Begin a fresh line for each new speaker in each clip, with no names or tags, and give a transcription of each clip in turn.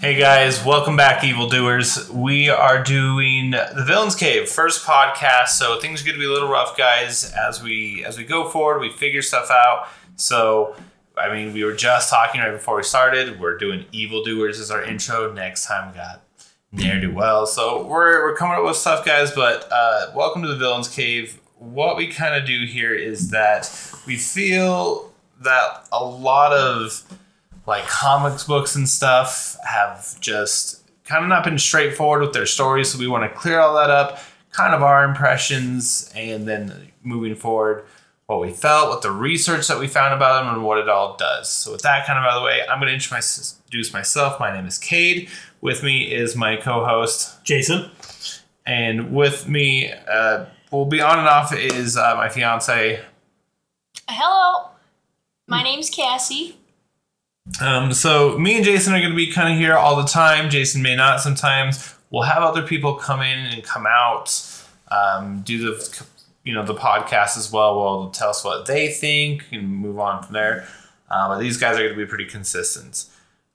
Hey guys, welcome back, evildoers. We are doing the Villains Cave first podcast, so things are going to be a little rough, guys. As we as we go forward, we figure stuff out. So, I mean, we were just talking right before we started. We're doing evildoers as our intro. Next time, we got ne'er do well. So we're we're coming up with stuff, guys. But uh, welcome to the Villains Cave. What we kind of do here is that we feel that a lot of like comics books and stuff have just kind of not been straightforward with their stories so we want to clear all that up kind of our impressions and then moving forward what we felt what the research that we found about them and what it all does so with that kind of out of the way i'm going to introduce myself my name is cade with me is my co-host
Jason.
and with me uh, will be on and off is uh, my fiance
Hello, my name's Cassie.
Um, so me and Jason are going to be kind of here all the time. Jason may not sometimes. We'll have other people come in and come out, um, do the you know the podcast as well. Will tell us what they think and move on from there. Uh, but these guys are going to be pretty consistent.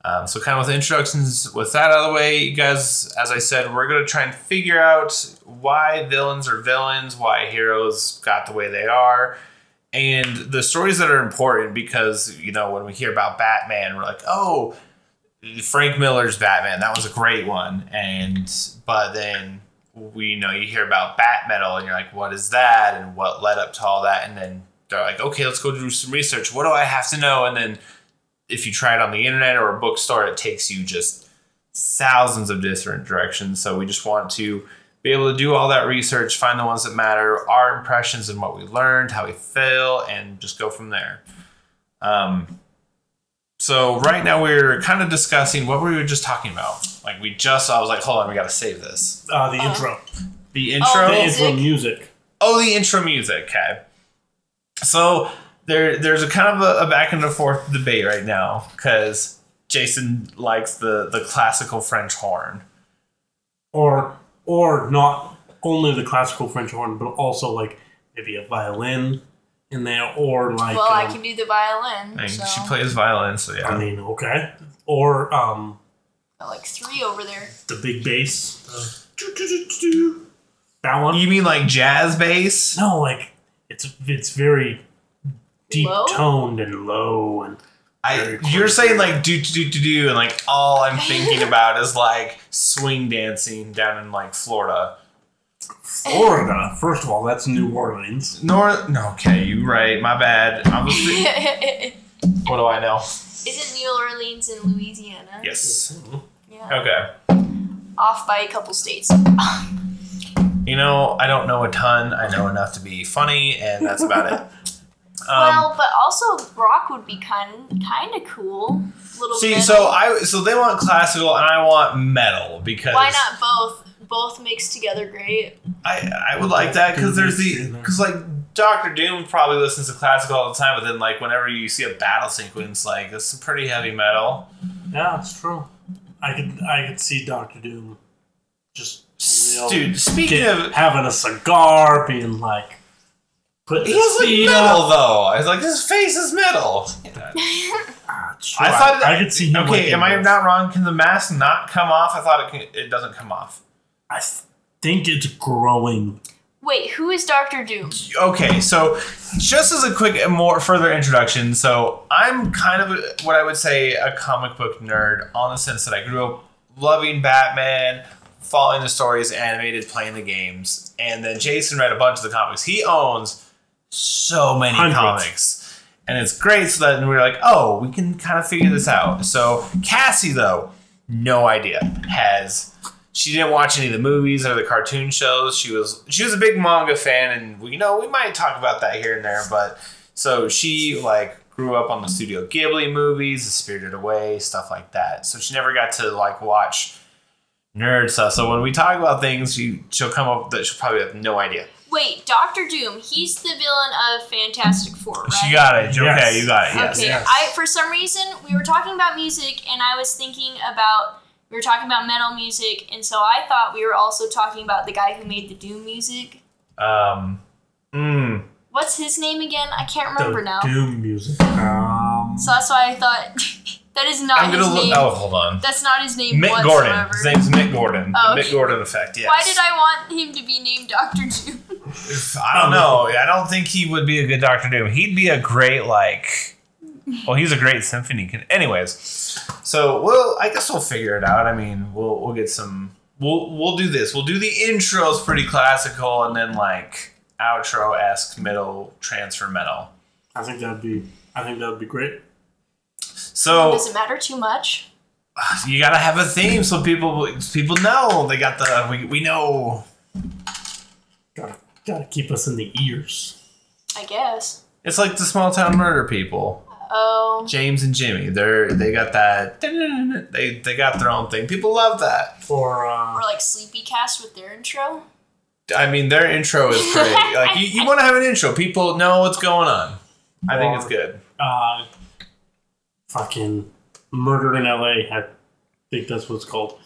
Um, so kind of with introductions, with that out of the way, you guys, as I said, we're going to try and figure out why villains are villains, why heroes got the way they are and the stories that are important because you know when we hear about Batman, we're like, oh, Frank Miller's Batman, that was a great one, and but then we you know you hear about Bat Metal, and you're like, what is that, and what led up to all that, and then they're like, okay, let's go do some research. What do I have to know? And then if you try it on the internet or a bookstore, it takes you just thousands of different directions. So we just want to be able to do all that research, find the ones that matter, our impressions and what we learned, how we feel, and just go from there. Um, so right now we're kind of discussing what we were just talking about. Like we just, I was like, hold on, we got to save this.
Uh, the
Uh,
intro.
The intro.
Oh,
The
music.
intro music.
Oh, the intro music. Okay. So there, there's a kind of a, a back and forth debate right now because Jason likes the the classical French horn.
Or or not only the classical French horn, but also like maybe a violin in there or like
well, I
um,
can do the violin.
And
so.
she plays violin, so yeah.
I mean, okay. Or um
Got like three over there.
the big bass. the- That one?
you mean like jazz bass?
No, like it's it's very deep
Low?
toned and low and
I,
Very
you're
clear.
saying like do do do do do, and like all I'm thinking about is like swing dancing down in like Florida.
Florida. First of all, that's New Orleans.
Nor no, okay, you right. My bad. I was thi-
Isn't
what do I know?
New Orleans in Louisiana?
Yes.
Yeah.
Okay.
Off by a couple states.
Um, You know, I don't know a ton. I know enough to be funny, and that's about it. Um,
well, but also rock would be kind kind of cool. Little
see,
metal.
so I so they want classical, and I want metal because
Why not both? Both mixed together, great.
I I would like that because there's the because like Doctor Doom probably listens to classical all the time, but then like whenever you see a battle sequence, like that's some pretty heavy metal.
Yeah, it's true. I could I could see Doctor Doom just real
Dude, speaking
get-
of,
having a cigar, being like putting
he
his
has like
feet
metal
up.
though. I was like, his face is metal.
Ah, it's true.
I thought that-
I could see him.
Okay,
licking
am I
those.
not wrong? Can the mask not come off? I thought it can, it doesn't come off.
I th- think it's growing.
Wait, who is Doctor Doom?
Okay, so just as a quick and more further introduction, so I'm kind of a- what I would say a comic book nerd on the sense that I grew up loving Batman, following the stories, animated, playing the games, and then Jason read a bunch of the comics. He owns so many
Hundreds.
comics, and it's great. So then we were like, oh, we can kind of figure this out. So Cassie though, no idea has she didn't watch any of the movies or the cartoon shows. She was she was a big manga fan, and we you know we might talk about that here and there. But so she like grew up on the Studio Ghibli movies, The Spirited Away, stuff like that. So she never got to like watch nerd stuff. So when we talk about things, she she'll come up that she'll probably have no idea.
Wait, Doctor Doom. He's the villain of Fantastic Four, right?
She got it.
Yes.
Okay, you got it. Yes.
okay.
yes.
I for some reason we were talking about music and I was thinking about we were talking about metal music and so I thought we were also talking about the guy who made the doom music.
Um. Mm,
What's his name again? I can't remember
the
now.
Doom music. Um,
So that's why I thought That is not
I'm
his
gonna look.
name.
Oh, hold on.
That's not his name
Mick
whatsoever.
Gordon. His name's Mick Gordon.
Oh,
The
okay.
Mick Gordon effect. Yes.
Why did I want him to be named Doctor Doom?
I don't know. I don't think he would be a good Doctor Doom. He'd be a great like. Well, he's a great symphony. kid. Anyways, so we'll. I guess we'll figure it out. I mean, we'll we'll get some. We'll we'll do this. We'll do the intros pretty classical, and then like outro esque metal transfer metal.
I think that'd be. I think that'd be great.
So
Does it matter too much?
you gotta have a theme so people people know they got the we, we know.
Gotta gotta keep us in the ears.
I guess.
It's like the small town murder people.
Oh,
James and Jimmy, they're they got that they they got their own thing. People love that.
Or
or
uh,
like Sleepy Cast with their intro.
I mean, their intro is great. Like you, you want to have an intro. People know what's going on. I think it's good.
uh, fucking murder in L.A. I think that's what it's called.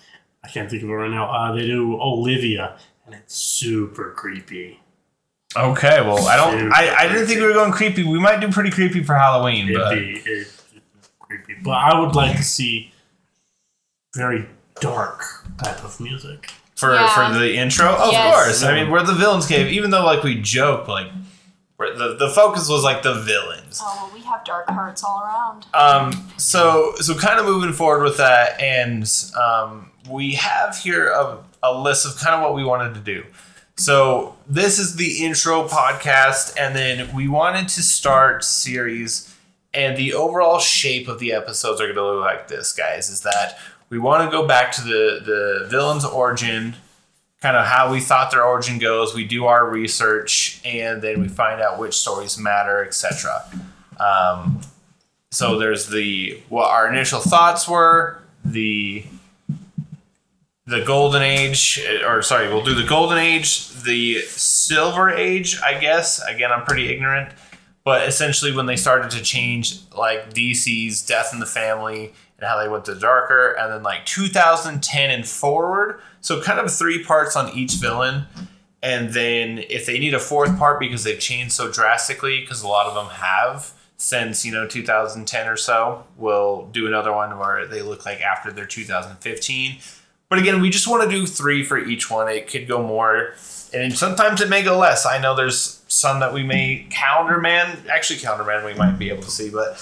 I can't think of it right now. Uh, they do Olivia, and it's super creepy.
Okay, well, I don't. I, I didn't think we were going creepy. We might do pretty creepy for Halloween,
It'd
but
be it, creepy, but I would like to see very dark type of music.
for
Yeah.
for the intro, of
Yes.
course. I mean, we're the villains cave. Even though like we joke, like we're, the the focus was like the villains.
Oh well, we have dark hearts all around.
Um, so so kind of moving forward with that, and um, we have here a, a list of kind of what we wanted to do. So this is the intro podcast, and then we wanted to start series, and the overall shape of the episodes are going to look like this, guys. Is that we want to go back to the the villain's origin, kind of how we thought their origin goes. We do our research, and then we find out which stories matter, etc. Um, so there's the what our initial thoughts were, the the golden age, eh, or sorry, we'll do the golden age, the silver age, I guess. Again, I'm pretty ignorant, but essentially when they started to change like DC's Death in the Family and how they went to darker, and then like 2010 and forward. So kind of three parts on each villain. And then if they need a fourth part because they've changed so drastically, because a lot of them have since you know 2010 or so, we'll do another one where they look like after their 2015. But again, we just want to do three for each one. It could go more, and sometimes it may go less. I know there's some that we may Calendar Man, actually Calendar Man, we might be able to see, but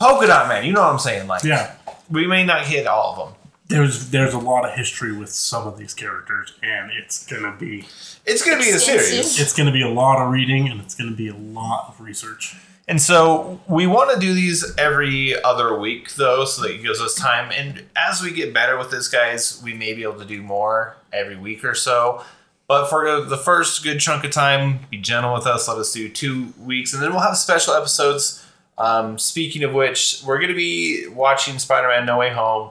Polka Dot Man, you know what I'm saying? Like,
Yeah,
we may not hit all of them.
there's there's a lot of history with some of these characters, and it's gonna be
It's gonna be a
Extensive.
series.
it's gonna be a lot of reading, and it's gonna be a lot of research.
And so we want to do these every other week, though, so that it gives us time. And as we get better with this, guys, we may be able to do more every week or so. But for the first good chunk of time, be gentle with us. Let us do two weeks, and then we'll have special episodes. Um, speaking of which, we're going to be watching Spider Man No Way Home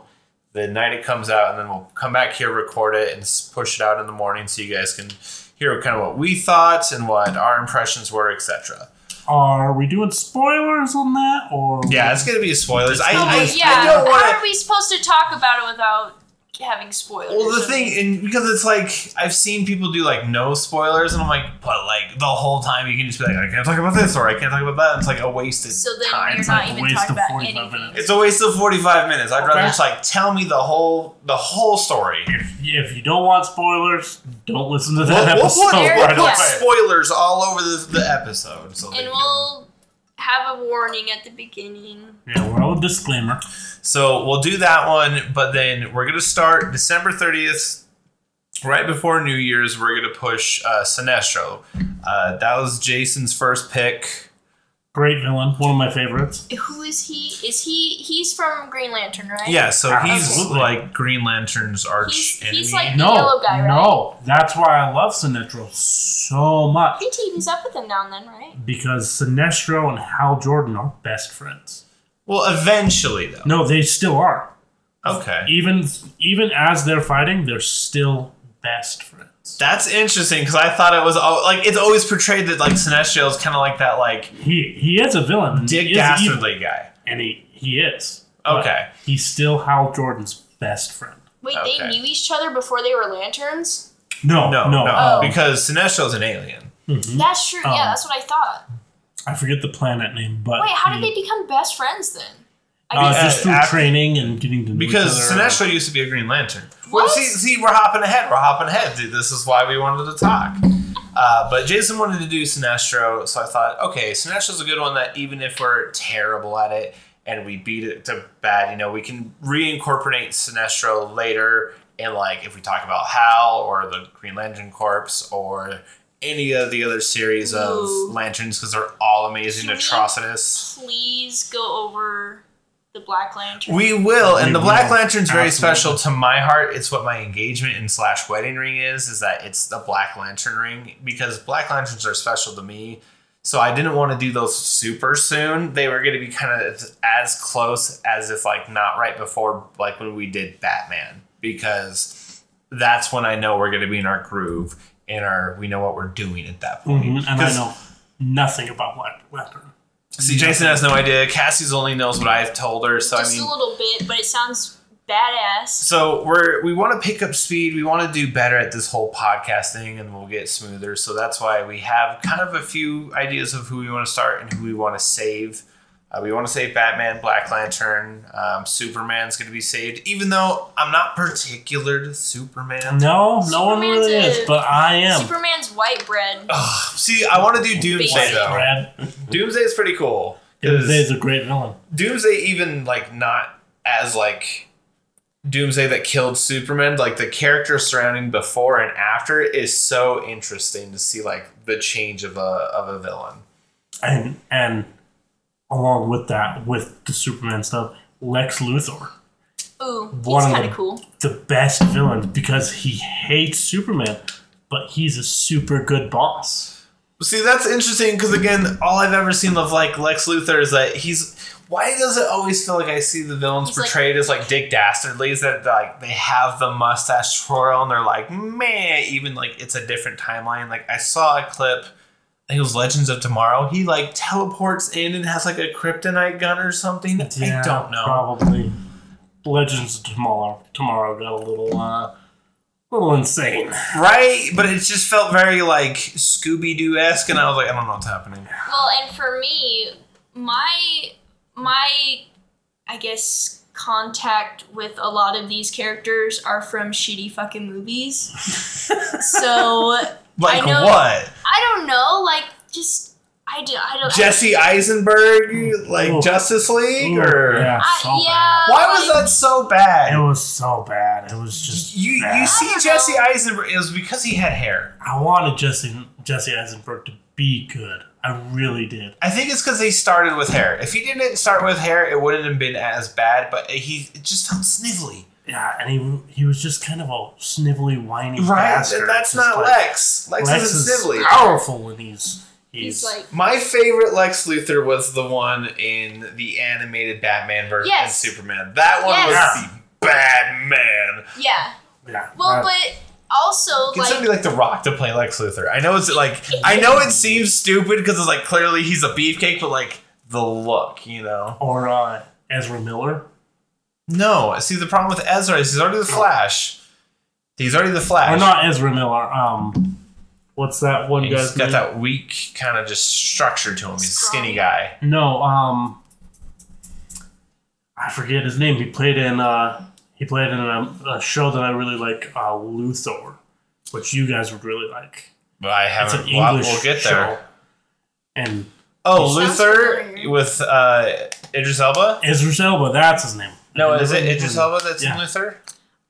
the night it comes out, and then we'll come back here, record it, and s- push it out in the morning so you guys can hear kind of what we thought and what our impressions were, etc.
Are we doing spoilers on that, or
Yeah, it's gonna be spoilers. I,
Oh,
I,
but yeah.
I don't
How are
want.
we supposed to talk about it without having spoilers?
Well, the
I
thing,
mean,
and because it's like I've seen people do like no spoilers, and I'm like, but like the whole time you can just be like, I can't talk about this or I can't talk about that. It's like a wasted
so then
time.
you're
It's,
not
like a
even
waste
talking
of
about
45
anything.
minutes.
a waste of 45 minutes. I'd rather
Okay.
just like tell me the whole the whole story.
If, if you don't want spoilers, don't listen to that
We'll, we'll
episode.
put,
There-
we'll
right
put
yeah.
away.
spoilers all over the, the episode. So they
And
can-
we'll have a warning at the beginning.
Yeah, we're all disclaimer.
So we'll do that one, but then we're gonna start December thirtieth, right before New Year's. We're gonna push uh, Sinestro. Uh, that was Jason's first pick.
Great villain, one of my favorites.
Who is he? Is he? He's from Green Lantern, right?
Yeah, so he's
Absolutely.
like Green Lantern's arch
He's-
enemy.
he's like- The
No,
yellow guy, right?
no, that's why I love Sinestro so
I
much
think he teams up with him now and then, right?
because Sinestro and Hal Jordan are best friends.
well, eventually though.
No, they still are.
Okay,
even even as they're fighting, they're still best friends.
that's interesting because I thought it was al- like it's always portrayed that like Sinestro is kind of like that like
He he is a villain. and
dick
he is evil,
dastardly guy.
and he he is. but
Okay,
he's still Hal Jordan's best friend.
Wait,
Okay.
they knew each other before they were lanterns.
No,
no, no,
Oh.
because Sinestro's an alien.
That's true.
Um,
yeah, that's what I thought.
I forget the planet name, but
Wait, how did
he-
they become best friends then? I
Uh,
guess
Yeah,
just through
after-
training and getting to know
Because
each other.
Sinestro used to be a Green Lantern.
What?
Well, see, see, we're hopping ahead. We're hopping ahead. Dude, this is why we wanted to talk. Uh, but Jason wanted to do Sinestro, so I thought, okay, Sinestro's a good one that even if we're terrible at it and we beat it to bad, you know, we can reincorporate Sinestro later. And like, if we talk about Hal or the Green Lantern Corps or any of the other series
Ooh.
of lanterns, because they're all amazing,
Can we-
atrocitus.
please go over the Black Lantern.
We will, and
We
the Black
will.
Lantern's very
Absolutely.
special to my heart. It's what my engagement and slash wedding ring is, is that it's the Black Lantern ring because Black Lanterns are special to me. So I didn't want to do those super soon. They were going to be kind of as close as if like not right before like when we did Batman because that's when I know we're going to be in our groove and our we know what we're doing at that point.
Mhm, and I
'Cause-
know nothing about Black Lantern.
See, Jason has no idea. Cassie's only knows what I've told her. So
Just
I mean,
a little bit, but it sounds badass.
So we're we want to pick up speed. We want to do better at this whole podcast thing, and we'll get smoother. So that's why we have kind of a few ideas of who we want to start and who we want to save. Uh, we want to save Batman, Black Lantern, um, Superman's going to be saved. Even though I'm not particular to Superman.
No, no one
Superman's
really
a-
is, but I am.
Superman's white bread.
Ugh, see, I want to do Doomsday
Basic.
though.
Brad
Doomsday is pretty cool. 'Cause
is a great villain.
Doomsday even like not as like Doomsday that killed Superman, like the character surrounding before and after is so interesting to see like the change of a of a villain.
and and along with that, with the Superman stuff, Lex Luthor,
Ooh,
One
he's
of
kind of
them.
cool.
the best villain because he hates Superman, but he's a super good boss.
See, that's interesting because again, all I've ever seen of like Lex Luthor is that he's. Why does it always feel like I see the villains
He's like-
portrayed as like Dick Dastardlies that like they have the mustache twirl and they're like man, even like it's a different timeline. Like I saw a clip, I think it was Legends of Tomorrow. He like teleports in and has like a kryptonite gun or something. I don't know.
Probably Legends of Tomorrow. Tomorrow got a little uh, little insane.
Right, but it just felt very like Scooby Doo esque, and I was like, I don't know what's happening.
Well, and for me, my my I guess contact with a lot of these characters are from shitty fucking movies. so
Like
know-
what?
I don't know, like just I do I don't
Jesse Eisenberg, like
Ooh.
Justice League,
Ooh,
or
yeah,
I,
so
yeah.
why was
like,
that so
bad. It
bad?
was so bad. It was just
You you
bad.
see Jesse Eisenberg it was because he had hair.
I wanted Jesse Jesse Eisenberg to be good. I really did.
I think it's because they started with hair. If he didn't start with hair, it wouldn't have been as bad. But he it just felt snivelly,
Yeah, and he he was just kind of a snivelly, whiny
right?
bastard.
That's
Just
not
like,
Lex. Lex. isn't snivelly.
powerful and he's he's,
he's like
My favorite Lex Luthor was the one in the animated Batman version
Yes.
and Superman. That one
Yes.
was the bad man.
yeah.
yeah.
Well,
uh,
but also
Get
like
somebody like The Rock to play Lex Luthor. I know it's like I know it seems stupid because it's like clearly he's a beefcake, but like the look, you know.
or uh, Ezra Miller.
No, see the problem with Ezra is he's already the Flash. He's already the Flash.
Or not Ezra Miller. Um what's that one
He's
guy's
got
name?
that weak kind of just structure to him. He's a skinny
Scrawny.
guy.
No, um I forget his name. He played in uh he played in a, a show that I really like, uh, Luthor, which you guys would really like.
But I
It's
haven't.
an
Well,
English
we'll get
show.
there.
And
Oh,
Sounds
Luthor
familiar.
with uh, Idris Elba.
Ezra Elba, that's his name.
No,
I
is it
really
Idris
remember-
Elba that's
Yeah.
in Luthor?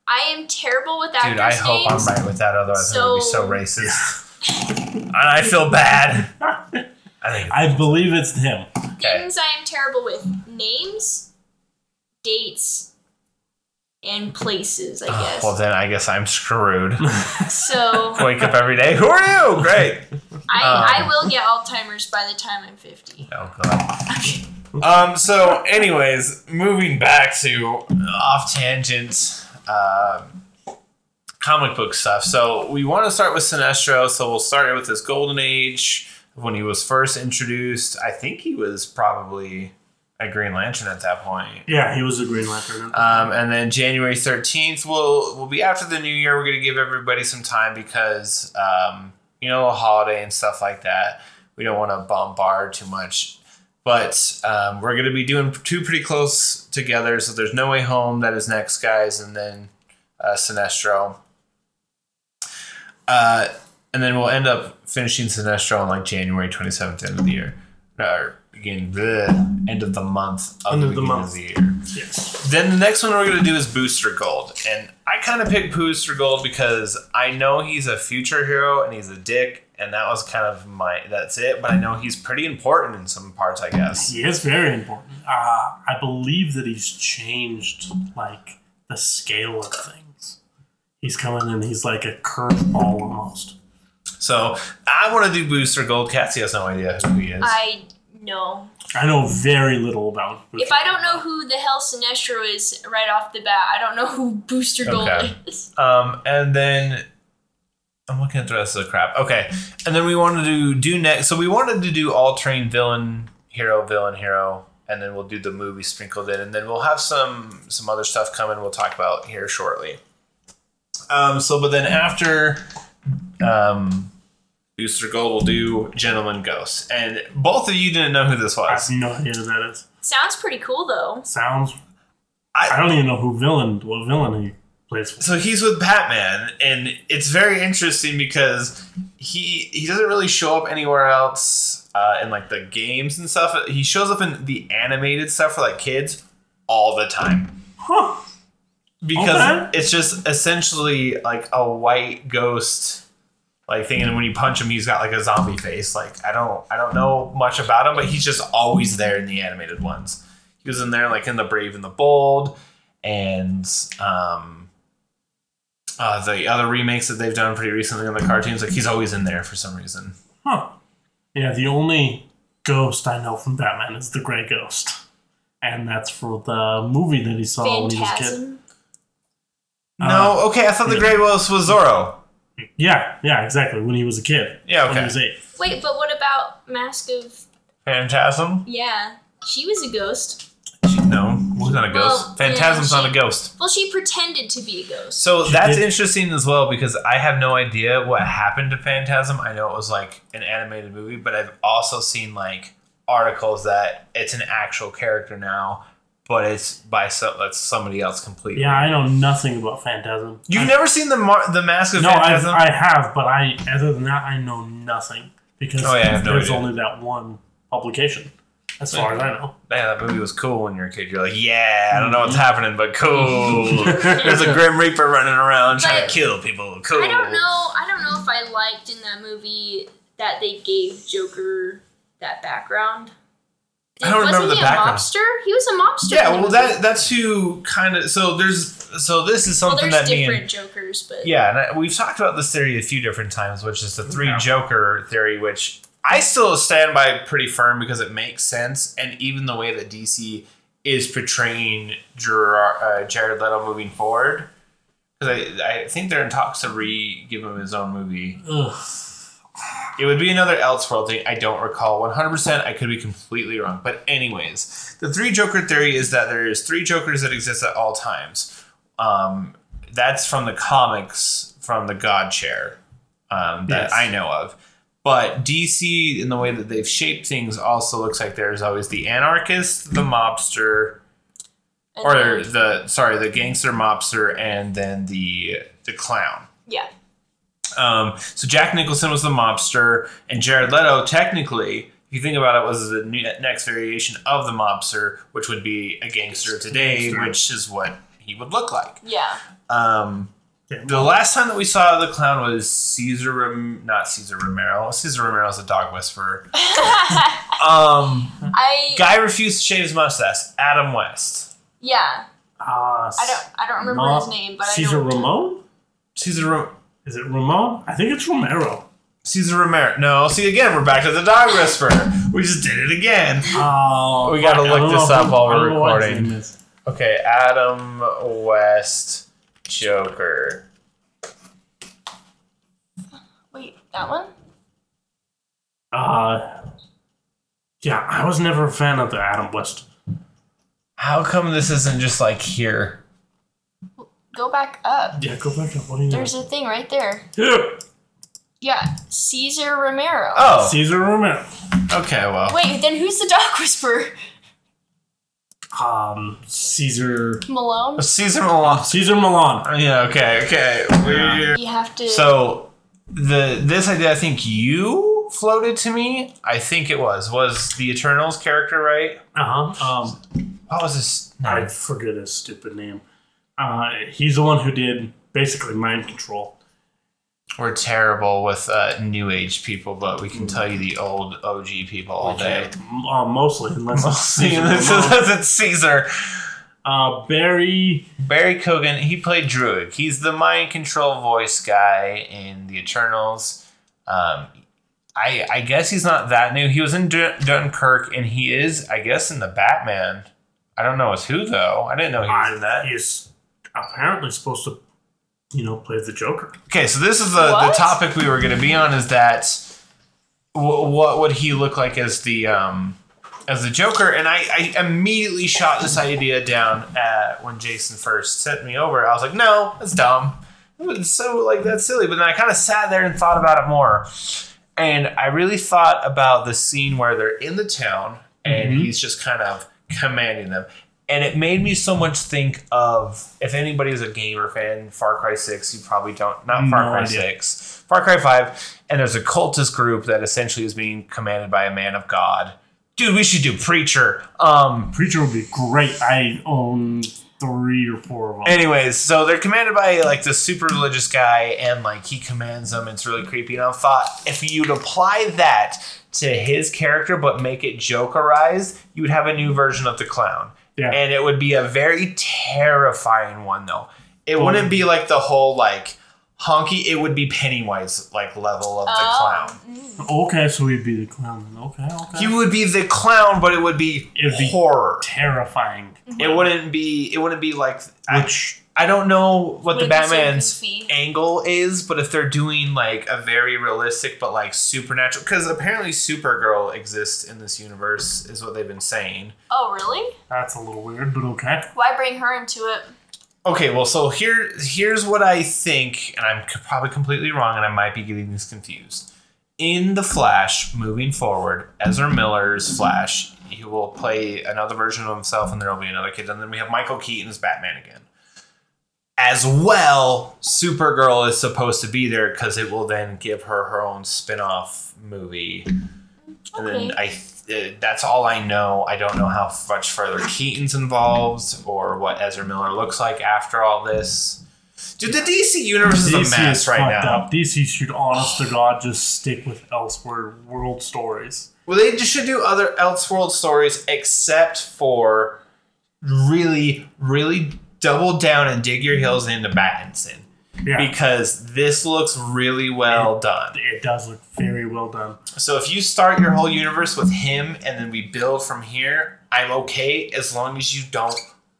I am terrible with actors
Dude, I hope I'm
names.
right with that. Otherwise, it would be so
So-
racist. and I feel bad. I think
I believe it's him.
Okay.
Things I am terrible with names, dates, and places, I
Ugh,
guess.
Well, then I guess I'm screwed.
so I,
Wake up every day. Who are you? Great. Um.
I will get Alzheimer's by the time I'm 50.
Oh god. um. So, anyways, moving back to off tangent, um, comic book stuff. So we want to start with Sinestro. So we'll start with his golden age of when he was first introduced. I think he was probably a Green Lantern at that point.
Yeah, he was a Green Lantern.
Um, and then January 13th will will be after the new year. We're going to give everybody some time because, um, you know, a holiday and stuff like that. We don't want to bombard too much. But um, we're going to be doing two pretty close together. So there's No Way Home, that is next, guys, and then uh, Sinestro. Uh, and then we'll end up finishing Sinestro on like January 27th, end of the year. Or again, bleh, end of the month of
End
the,
of the
beginning
month.
of the year.
Yes.
Then the next one we're going to do is Booster Gold. And I kind of picked Booster Gold because I know he's a future hero and he's a dick. And that was kind of my, that's it. But I know he's pretty important in some parts, I guess.
He is very important. Uh, I believe that he's changed like the scale of things. He's coming and he's like a curveball almost.
So I want to do Booster Gold. Cassie has no idea who he is.
I know.
I know very little about.
If I don't know who the hell Sinestro is right off the bat, I don't know who Booster Gold
Okay.
is.
Um, and then I'm looking at the rest of the crap. Okay, and then we wanted to do next. So we wanted to do all train villain hero villain hero, and then we'll do the movie sprinkled in, and then we'll have some some other stuff coming. We'll talk about here shortly. Um, so but then after um, Booster Gold, we'll do Gentleman Ghosts, and both of you didn't know who this
I
was.
have no idea who that is.
Sounds pretty cool though.
Sounds.
I-
I, don't even know who villain, what villain he plays for.
so he's with Batman, and it's very interesting because he he doesn't really show up anywhere else uh, in like the games and stuff. He shows up in the animated stuff for like kids all the time
Huh.
because
Okay.
it's just essentially like a white ghost like thing, and when you punch him, he's got like a zombie face. Like I don't I don't know much about him, but he's just always there in the animated ones. He was in there like in the Brave and the Bold, and um, uh, the other remakes that they've done pretty recently on the cartoons. Like he's always in there for some reason.
Huh. Yeah, the only ghost I know from Batman is the Gray Ghost. And that's for the movie that he saw when he was a kid.
Phantasm.
no, okay, I thought the Grey Wolf was Zorro.
Yeah, yeah, exactly. When he was a kid.
Yeah,
When he
okay.
was eight.
Wait, but what about Mask of?
Phantasm?
Yeah, she was a ghost.
No, he's not a
Well,
ghost.
yeah,
Phantasm's not a
she-
ghost.
Well, she pretended to be a ghost.
So
She
that's
did.
interesting as well because I have no idea what happened to Phantasm. I know it was like an animated movie, but I've also seen like articles that it's an actual character now, but it's by so that's somebody else completely.
Yeah, I know nothing about Phantasm.
You've
I-
never seen the Mar- the Mask of
No, I've,
Phantasm?
I have, but I other than that, I know nothing because
Oh, yeah, I have no
there's
idea.
only that one publication, as far as I know.
Man, that movie was cool when you were a kid. You're like, yeah, I don't know
Mm-hmm.
what's happening, but cool. There's a Grim Reaper running around trying
But-
to kill people. Cool.
I don't know. I don't know if I liked in that movie that they gave Joker that background.
I don't
Wasn't
remember the
he
background.
a mobster? He was a mobster.
Yeah,
in the
well,
movie.
that that's who kind of. So there's so this is
well,
something
there's
that me and
different Jokers, but
Yeah, and I, we've talked about this theory a few different times, which is the three
Yeah.
Joker theory, which I still stand by pretty firm because it makes sense, and even the way that DC is portraying Gerard, uh, Jared Leto moving forward, because I, I think they're in talks to re give him his own movie.
Ugh.
It would be another Elseworld thing. I don't recall 100%. I could be completely wrong. But, anyways, the three Joker theory is that there is three Jokers that exist at all times. Um, that's from the comics, from the God Chair um, that
Yes.
I know of. But DC, in the way that they've shaped things, also looks like there's always the anarchist, the mobster,
and
or
then-
the, sorry, the gangster mobster, and then the the clown.
yeah,
Um, so Jack Nicholson was the mobster, and Jared Leto, technically, if you think about it, was the ne- next variation of the mobster, which would be a gangster today,
Gangster.
which is what he would look like.
yeah.
Um, the last time that we saw the clown was Caesar, Rom- not Caesar Romero. Caesar Romero's a dog whisperer.
I
Um, guy refused to shave his mustache. Adam West.
yeah.
Uh,
I don't. I don't remember
Ma-
his name, but
Cesar
I know.
Ramon?
Caesar. Rom-
Is it Ramon? I think it's Romero.
Caesar Romero. No, see again, we're back to the dog whisperer. We just did it again.
Oh,
We gotta
fuck, I
look
don't
this
know
up
who-
while
I don't
we're
know what his
recording.
name is.
Okay, Adam West Joker.
Wait, that one.
Uh, yeah, I was never a fan of the Adam West.
How come this isn't just like here?
Go back up.
Yeah, go back up. What do you
There's a thing right there.
know?
Yeah, Caesar Romero.
Oh,
Caesar Romero.
Okay, well.
Wait, then who's the dog whisperer?
Um, Caesar.
Malone?
Caesar Milan.
Caesar Milan.
Yeah, okay, okay. We-
You have to.
So the this idea I think you floated to me. I think it was was the Eternals character, right?
Uh huh. Um,
What was this?
I forget his stupid name. Uh, he's the one who did basically mind control.
We're terrible with uh, new age people, but we can tell you the old OG people all day.
Uh, mostly, unless it's
See,
Caesar
this
Milan.
is it's Caesar.
Uh, Barry.
Barry Cogan, he played Druid. He's the mind control voice guy in the Eternals. Um, I I guess he's not that new. He was in Dun- Dunkirk, and he is, I guess, in the Batman. I don't know as who though. I didn't know he was in that.
He's apparently supposed to, you know, play the Joker.
Okay, so this is the, the
What?
topic we were going to be on. Is that wh- what would he look like as the um, as the Joker? And I, I immediately shot this idea down at, when Jason first sent me over. I was like, no, that's dumb. It's so like that's silly. But then I kind of sat there and thought about it more, and I really thought about the scene where they're in the town and
Mhm.
he's just kind of commanding them. And it made me so much think of if anybody's a gamer fan, Far Cry Six. You probably don't not Far
No
Cry
idea.
Six, Far Cry Five, and there's a cultist group that essentially is being commanded by a man of God. Dude, we should do Preacher. Um,
Preacher would be great. I own three or four of them.
Anyways, so they're commanded by like this super religious guy, and like he commands them. It's really creepy. And I thought if you'd apply that to his character, but make it jokerized, you would have a new version of the clown.
Yeah.
And it would be a very terrifying one, though. It wouldn't be like the whole like honky. It would be Pennywise like level of the
Oh,
clown.
okay, so he'd be the clown. then. Okay, okay.
He would be the clown, but it would be,
It'd be-
horror.
terrifying.
It wouldn't be. It wouldn't be like. I,
Which
I don't know what the
would it be so
Batman's
goofy?
angle is, but if they're doing like a very realistic but like supernatural, because apparently Supergirl exists in this universe, is what they've been saying.
Oh, really?
that's a little weird, but okay.
Why bring her into it?
Okay, well, so here here's what I think, and I'm c- probably completely wrong, and I might be getting this confused. In the Flash, moving forward, Ezra Miller's Flash, he will play another version of himself, and there will be another kid, and then we have Michael Keaton's Batman again. As well, Supergirl is supposed to be there because it will then give her her own spin-off movie. And then
Okay.
I th- uh, that's all I know. I don't know how f- much further Keaton's involved or what Ezra Miller looks like after all this. Dude, the DC universe is a mess right
fucked
now.
up. DC should, honest to God, just stick with elsewhere world stories.
Well, they just should do other Elseworld stories except for really, really double down and dig your heels into Battinson
Yeah,
because this looks really well done.
it does look very well done.
So if you start your whole universe with him and then we build from here, I'm okay as long as you don't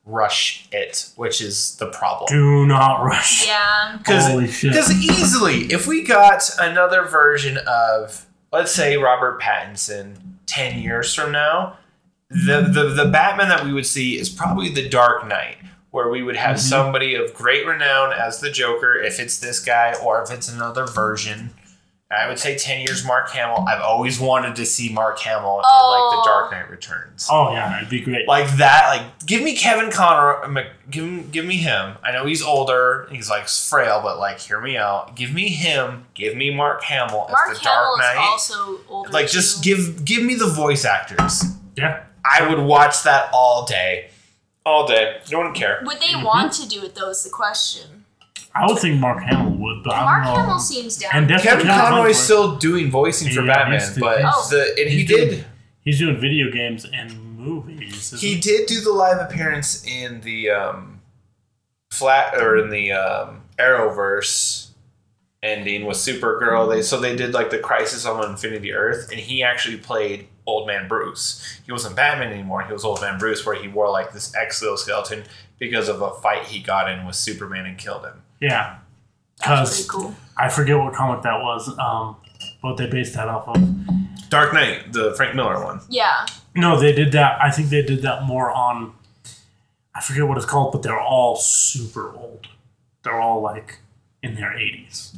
rush it, which is the problem.
Do not rush.
Yeah.
Holy shit.
Because easily, if we got another version of, let's say, Robert Pattinson 10 years from now, the, the, the Batman that we would see is probably the Dark Knight, where we would have
Mhm.
somebody of great renown as the Joker, if it's this guy or if it's another version. I would say 10 years Mark Hamill. I've always wanted to see Mark Hamill in like
Oh.
the Dark Knight Returns
Oh yeah, it'd be great.
like that. Like, give me Kevin Conroy. Mc- Give him, give me him. I know he's older. He's like frail, but like, hear me out. Give me him. Give me Mark Hamill as
Mark
the Dark
Hamill is
Knight.
also older.
like, just
too.
give give me the voice actors.
Yeah,
I would watch that all day, all day. No one would care.
Would they want to do it though? Is the question.
I would think Mark Hamill would, but I
Mark
don't know.
Hamill seems down.
and definitely
Kevin
Conroy.
Conroy's still doing voicing for
Yeah,
Batman,
he's-
but
he's-
the and he
he's doing-
did
He's doing video games and movies. isn't
He did do the live appearance in the um, flat or in the um, Arrowverse ending with Supergirl. They so they did like the Crisis on Infinity Earth, and he actually played Old Man Bruce. He wasn't Batman anymore. He was Old Man Bruce, where he wore like this exoskeleton because of a fight he got in with Superman and killed him.
Yeah.
That's pretty
Because
cool.
I forget what comic that was, um, but they based that off of.
Dark Knight, the Frank Miller one.
Yeah.
No, they did that. I think they did that more on. I forget what it's called, but they're all super old. They're all like in their 80s.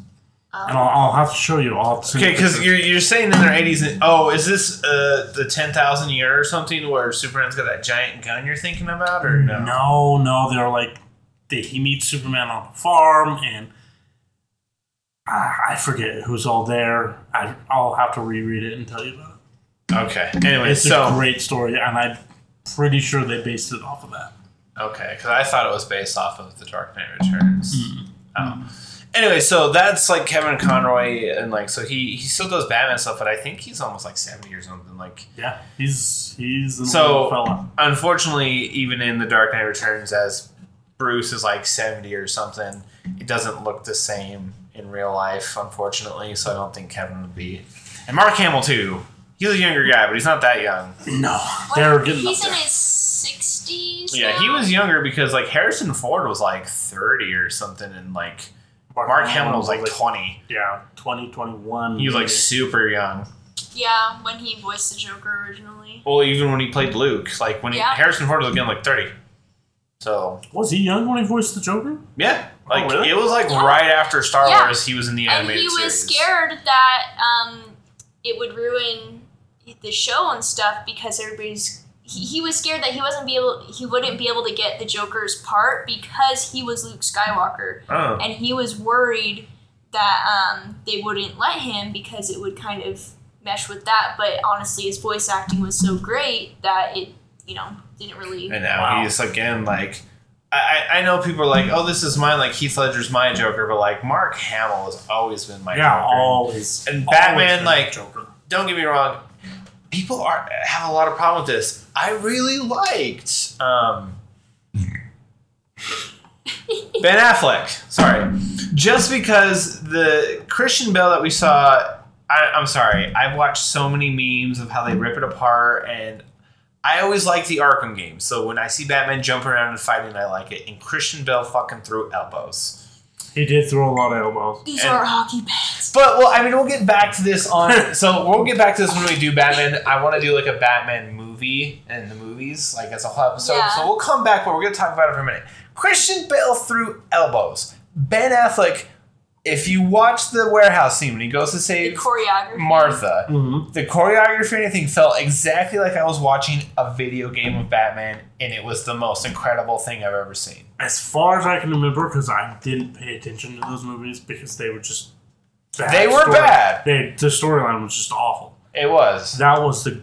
and I'll, I'll have to show you. I'll have to
Okay, because you're, you're saying in their 80s, and, oh, is this uh, the 10,000 year or something where Superman's got that giant gun you're thinking about, or no?
no, no, they're like they, he meets Superman on the farm, and ah, I forget who's all there. I, I'll have to reread it and tell you about it.
Okay. Anyway,
It's
so.
a great story, and I'm pretty sure they based it off of that.
Okay, because I thought it was based off of The Dark Knight Returns. Oh. Anyway, so that's like Kevin Conroy, and like so he he still does Batman stuff, but I think he's almost like seventy or something. Like,
Yeah, he's he's an
So-
old fella.
unfortunately, even in The Dark Knight Returns, as Bruce is like seventy or something, it doesn't look the same in real life, unfortunately. So I don't think Kevin would be, and Mark Hamill too. He's a younger guy, but he's not that young.
No, they're getting
He's
up
in
there.
his sixties.
Yeah, he was younger because like Harrison Ford was like thirty or something, and like Mark Hamill was like twenty.
yeah, 20, 21.
He was like
maybe.
super young.
Yeah, when he voiced the Joker originally.
Well, even when he played Luke, like when he,
Yeah.
Harrison Ford was again like thirty. So
was he young when he voiced the Joker?
yeah, like
Oh, really?
it was like
Yeah.
right after Star
Yeah.
Wars, he was in the
And
animated
he was
series.
scared that um, it would ruin the show and stuff because everybody's. He, he was scared that he wasn't be able. He wouldn't be able to get the Joker's part because he was Luke Skywalker,
Oh.
and he was worried that um, they wouldn't let him because it would kind of mesh with that. But honestly, his voice acting was so great that it, you know, didn't really.
And now
Wow.
he's again like, I, I I know people are like, oh, this is mine. Like Heath Ledger's my Joker, but like Mark Hamill has always been my
yeah,
Joker.
always.
And
always
Batman,
been
like-
the Joker.
Don't get me wrong, people are have a lot of problem with this. I really liked um, Ben Affleck. Sorry, just because the Christian Bale that we saw, I, I'm sorry. I've watched so many memes of how they rip it apart, and I always like the Arkham games. So when I see Batman jumping around and fighting, I like it. And Christian Bale fucking threw elbows.
He did throw a lot of elbows.
These
and-
are hockey pads.
But well, I mean, we'll get back to this on. so we'll get back to this when we do Batman. I want to do like a Batman movie and the movies, like as a whole episode.
Yeah.
So we'll come back, but we're gonna talk about it for a minute. Christian Bale threw elbows. Ben Affleck. If you watch the warehouse scene when he goes to
The
save
choreography.
Martha,
Mm-hmm.
the choreography and everything felt exactly like I was watching a video game of Batman, and it was the most incredible thing I've ever seen.
As far as I can remember, because I didn't pay attention to those movies because they were just bad
They were
story-
bad.
They, the storyline was just awful.
It was.
That was the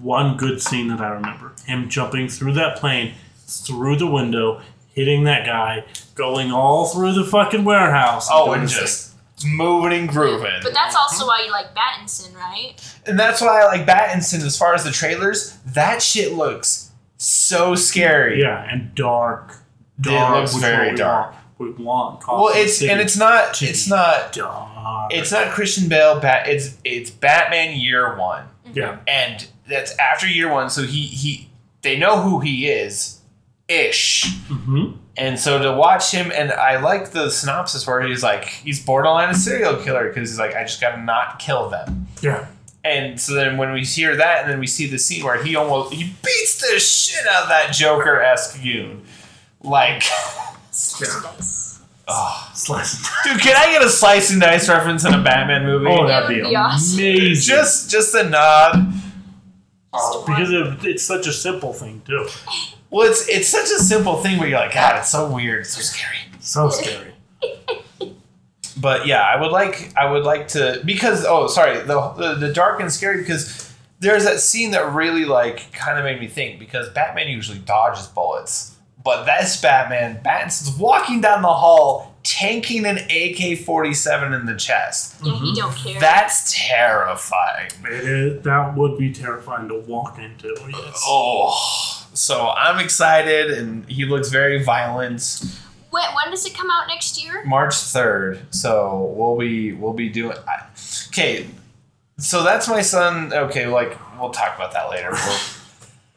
one good scene that I remember. Him jumping through that plane, through the window, hitting that guy, going all through the fucking warehouse.
Oh,
doing
and
his thing.
just moving and grooving.
But that's also why you like Battinson, right?
And that's why I like Battinson as far as the trailers. That shit looks so scary.
Yeah, and dark.
It
Dark.
looks
which
very
we
dark.
Want. We want. Gotham
Well, it's
City
and it's not
City.
it's not
dark.
it's not Christian Bale. Bat it's it's Batman Year One,
yeah.
and that's after Year One. So he he they know who he is, ish.
Mm-hmm.
And so to watch him, and I like the synopsis where he's like he's borderline a serial killer because he's like I just gotta not kill them.
Yeah.
And so then when we hear that, and then we see the scene where he almost he beats the shit out of that Joker esque goon. Like,
Slice.
oh.
Slice.
dude, can I get a slice and dice reference in a Batman movie?
Oh,
That
that'd be,
would be awesome.
amazing.
just just a nod.
Just one.
Oh, because of, it's such a simple thing too.
Well, it's it's such a simple thing where you're like, God, it's so weird, it's so scary.
So scary.
But yeah, I would like I would like to because oh sorry the the, the dark and scary because there's that scene that really like kind of made me think because Batman usually dodges bullets, but this Batman Batman's walking down the hall tanking an AK forty seven in the chest.
Yeah, he don't care.
That's terrifying.
It is, that would be terrifying to walk into. Yes.
Uh, Oh, so I'm excited and he looks very violent.
when, when does it come out next year?
March third. So we'll be we'll be doing. I, okay, so that's my son. Okay, like we'll talk about that later.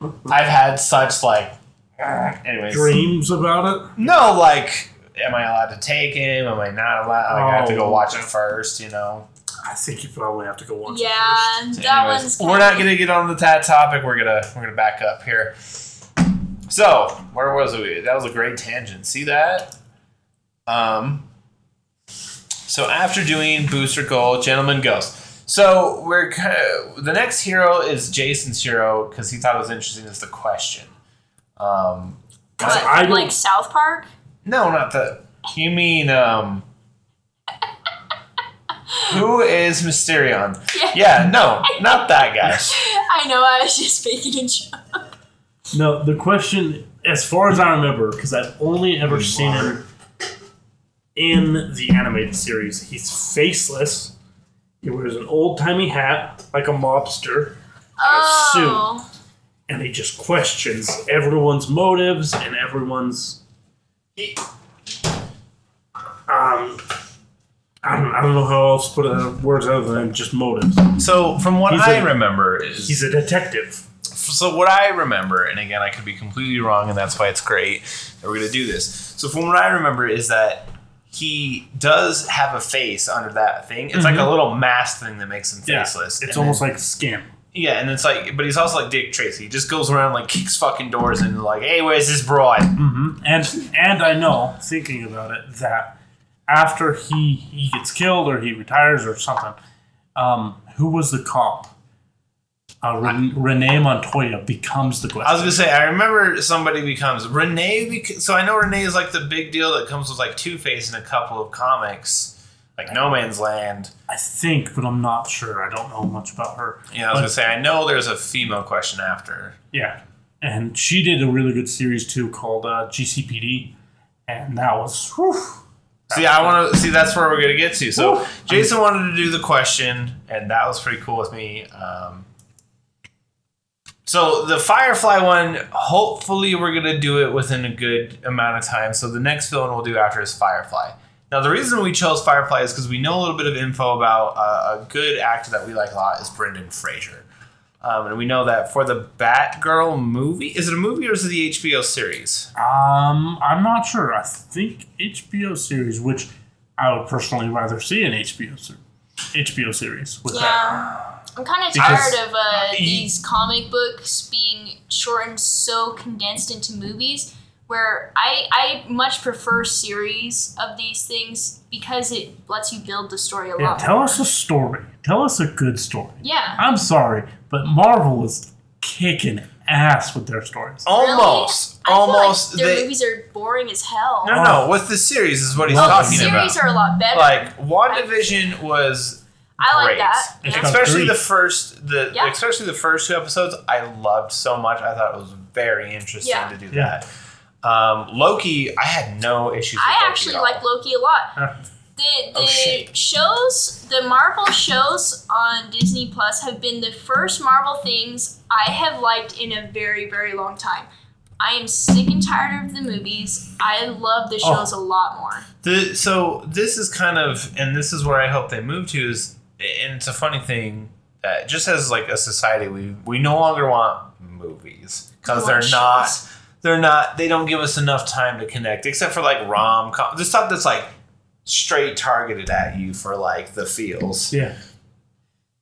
We'll- I've had such like, anyways.
Dreams about it.
No, like, am I allowed to take him? Am I not allowed? Like, I have to go
Oh.
watch it first. You know.
I think you probably have to go watch. it
Yeah,
So
that
anyways,
one's.
We're not gonna get on the that topic. We're gonna we're gonna back up here. So where was we? That was a great tangent. See that? Um. So after doing Booster Gold, Gentleman goes. So we're kind of, the next hero is Jason's hero because he thought it was interesting. Is the question? Um,
But,
I don't-
like South Park?
no, not the. You mean um? Who is Mysterion?
Yeah.
Yeah, no, not that guy.
I know, I was just making a joke.
No, the question, as far as I remember, because I've only ever seen him in the animated series, he's faceless. He wears an old timey hat like a mobster,
Oh.
and he just questions everyone's motives and everyone's. Um, I don't, I don't know how else to put it, words other than just motives.
So from what
He's
I
a-
remember is
He's a detective.
so what I remember, and again, I could be completely wrong, and that's why it's great that we're going to do this. So from what I remember is that he does have a face under that thing. It's like a little mask thing that makes him
Mm-hmm. Yeah,
faceless.
It's
And
almost like skin.
then- yeah, and it's like, but he's also like Dick Tracy. He just goes around like kicks fucking doors and like, hey, where's this broad?
Mm-hmm. And and I know, thinking about it, that after he he gets killed or he retires or something, um, who was the comp? Uh, Ren- Renee Montoya becomes the
I was
question.
gonna say, I remember somebody becomes Renee. Bec- so I know Renee is like the big deal that comes with like Two Face in a couple of comics, like No Man's Land.
I think, but I'm not sure. I don't know much about her.
Yeah, I was gonna say, I know there's a female question after.
Yeah, and she did a really good series too called uh, GCPD, and that was whew,
See, I want to see. That's where we're gonna get to. So,
Woo.
Jason wanted to do the question, and that was pretty cool with me. Um, so the Firefly one, hopefully, we're gonna do it within a good amount of time. So the next villain we'll do after is Firefly. Now, the reason we chose Firefly is because we know a little bit of info about uh, a good actor that we like a lot is Brendan Fraser, um, and we know that for the Batgirl movie, is it a movie or is it the HBO series?
Um, I'm not sure. I think HBO series, which I would personally rather see an HBO ser- HBO series with that.
Yeah. I'm kind of
Because-
tired of uh,
he-
these comic books being shortened so condensed into movies. Where I, I much prefer series of these things because it lets you build the story a
Yeah,
lot.
tell us a story. Tell us a good story.
yeah.
I'm sorry, but Marvel is kicking ass with their stories.
Almost,
Really? I feel like
almost.
their
they-
movies are boring as hell.
No, no. What's the series is what he's
Well,
Oh. Well, the
talking
series
about.
are a lot better.
Like WandaVision was
I like
great.
that.
It's
Yeah.
got
especially
three.
the first the
Yeah.
especially the first two episodes I loved so much. I thought it was very interesting
Yeah.
to do
Yeah.
that. Um, Loki, I had no issues with
I
Loki
actually
at all.
like Loki a lot.
Huh.
The, the
Oh, shit.
shows, the Marvel shows on Disney Plus have been the first Marvel things I have liked in a very, very long time. I am sick and tired of the movies. I love the
Oh.
shows a lot more.
The, so this is kind of, and this is where I hope they move to is, and it's a funny thing that just as like a society, we we no longer want movies because
We
they're
want
not,
shows.
they're not, they don't give us enough time to connect, except for like rom com, the stuff that's like straight targeted at you for like the feels,
Yeah.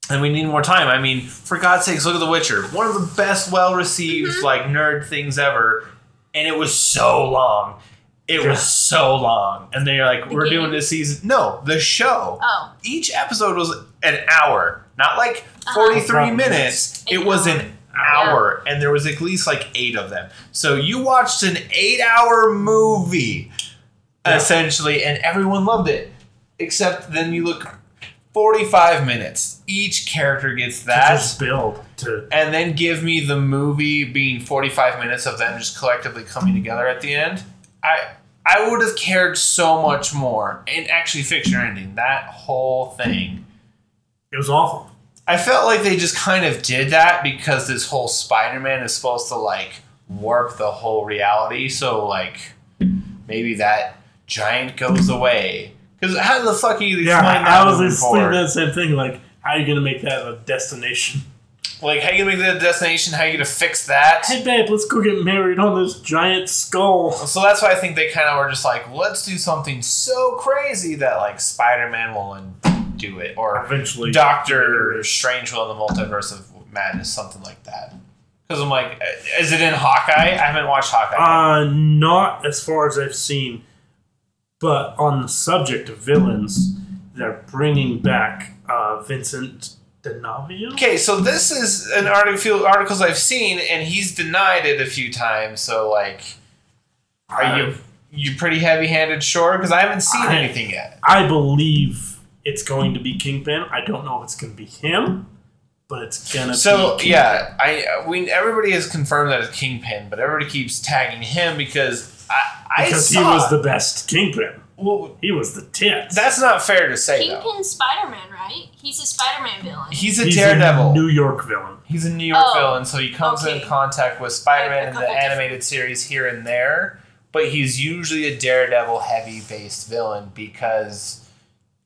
and we need more time. I mean, for God's sakes, look at The Witcher, one of the best, well received
Mm-hmm.
like nerd things ever, and it was so long. It was so long, and they're like,
The
"We're
game?
doing this season." No, the show.
Oh,
Each episode was an hour, not like forty-three
Uh-huh.
minutes.
An
It was an hour, and there was at least like eight of them. So you watched an eight-hour movie,
Yeah.
essentially, and everyone loved it. Except then you look, forty-five minutes. Each character gets
To
that
just build to
and then give me the movie being 45 minutes of them just collectively coming together at the end i i would have cared so much more and actually fix your ending that whole thing
it was awful.
i felt like they just kind of did that because this whole spider-man is supposed to like warp the whole reality so like maybe that giant goes away because how the fuck are you
Yeah,
explain
I,
that
I was
moving
just
forward?
thinking that same thing. Like, how are you gonna make that a destination?
like how you gonna make that a destination how you gonna fix that
Hey babe, let's go get married on this giant skull.
So that's why I think they kind of were just like, let's do something so crazy that like Spider Man will un- do it, or
Eventually,
Doctor Strange will in the Multiverse of Madness, something like that. Because I'm like, uh, is it in Hawkeye? I haven't watched Hawkeye.
Uh, not as far as I've seen. But on the subject of villains, they're bringing back uh, Vincent D'Onofrio.
Okay, so this is an article articles I've seen, and he's denied it a few times. So like, are you you pretty heavy handed? Sure, because I haven't seen
I-
anything yet.
I believe it's going to be Kingpin. I don't know if it's going to be him, but it's gonna.
So
be
yeah, I we everybody has confirmed that it's Kingpin, but everybody keeps tagging him because I I
because
saw
he was the best Kingpin.
well,
He was the tits.
that's not fair to say though.
Kingpin's Spider Man, right? He's a Spider Man villain.
He's a
He's
daredevil.
New York villain.
He's a New York
Oh,
villain, so he comes
okay.
in contact with Spider
A- a
Man in the
couple different-
animated series here and there, but he's usually a Daredevil heavy based villain because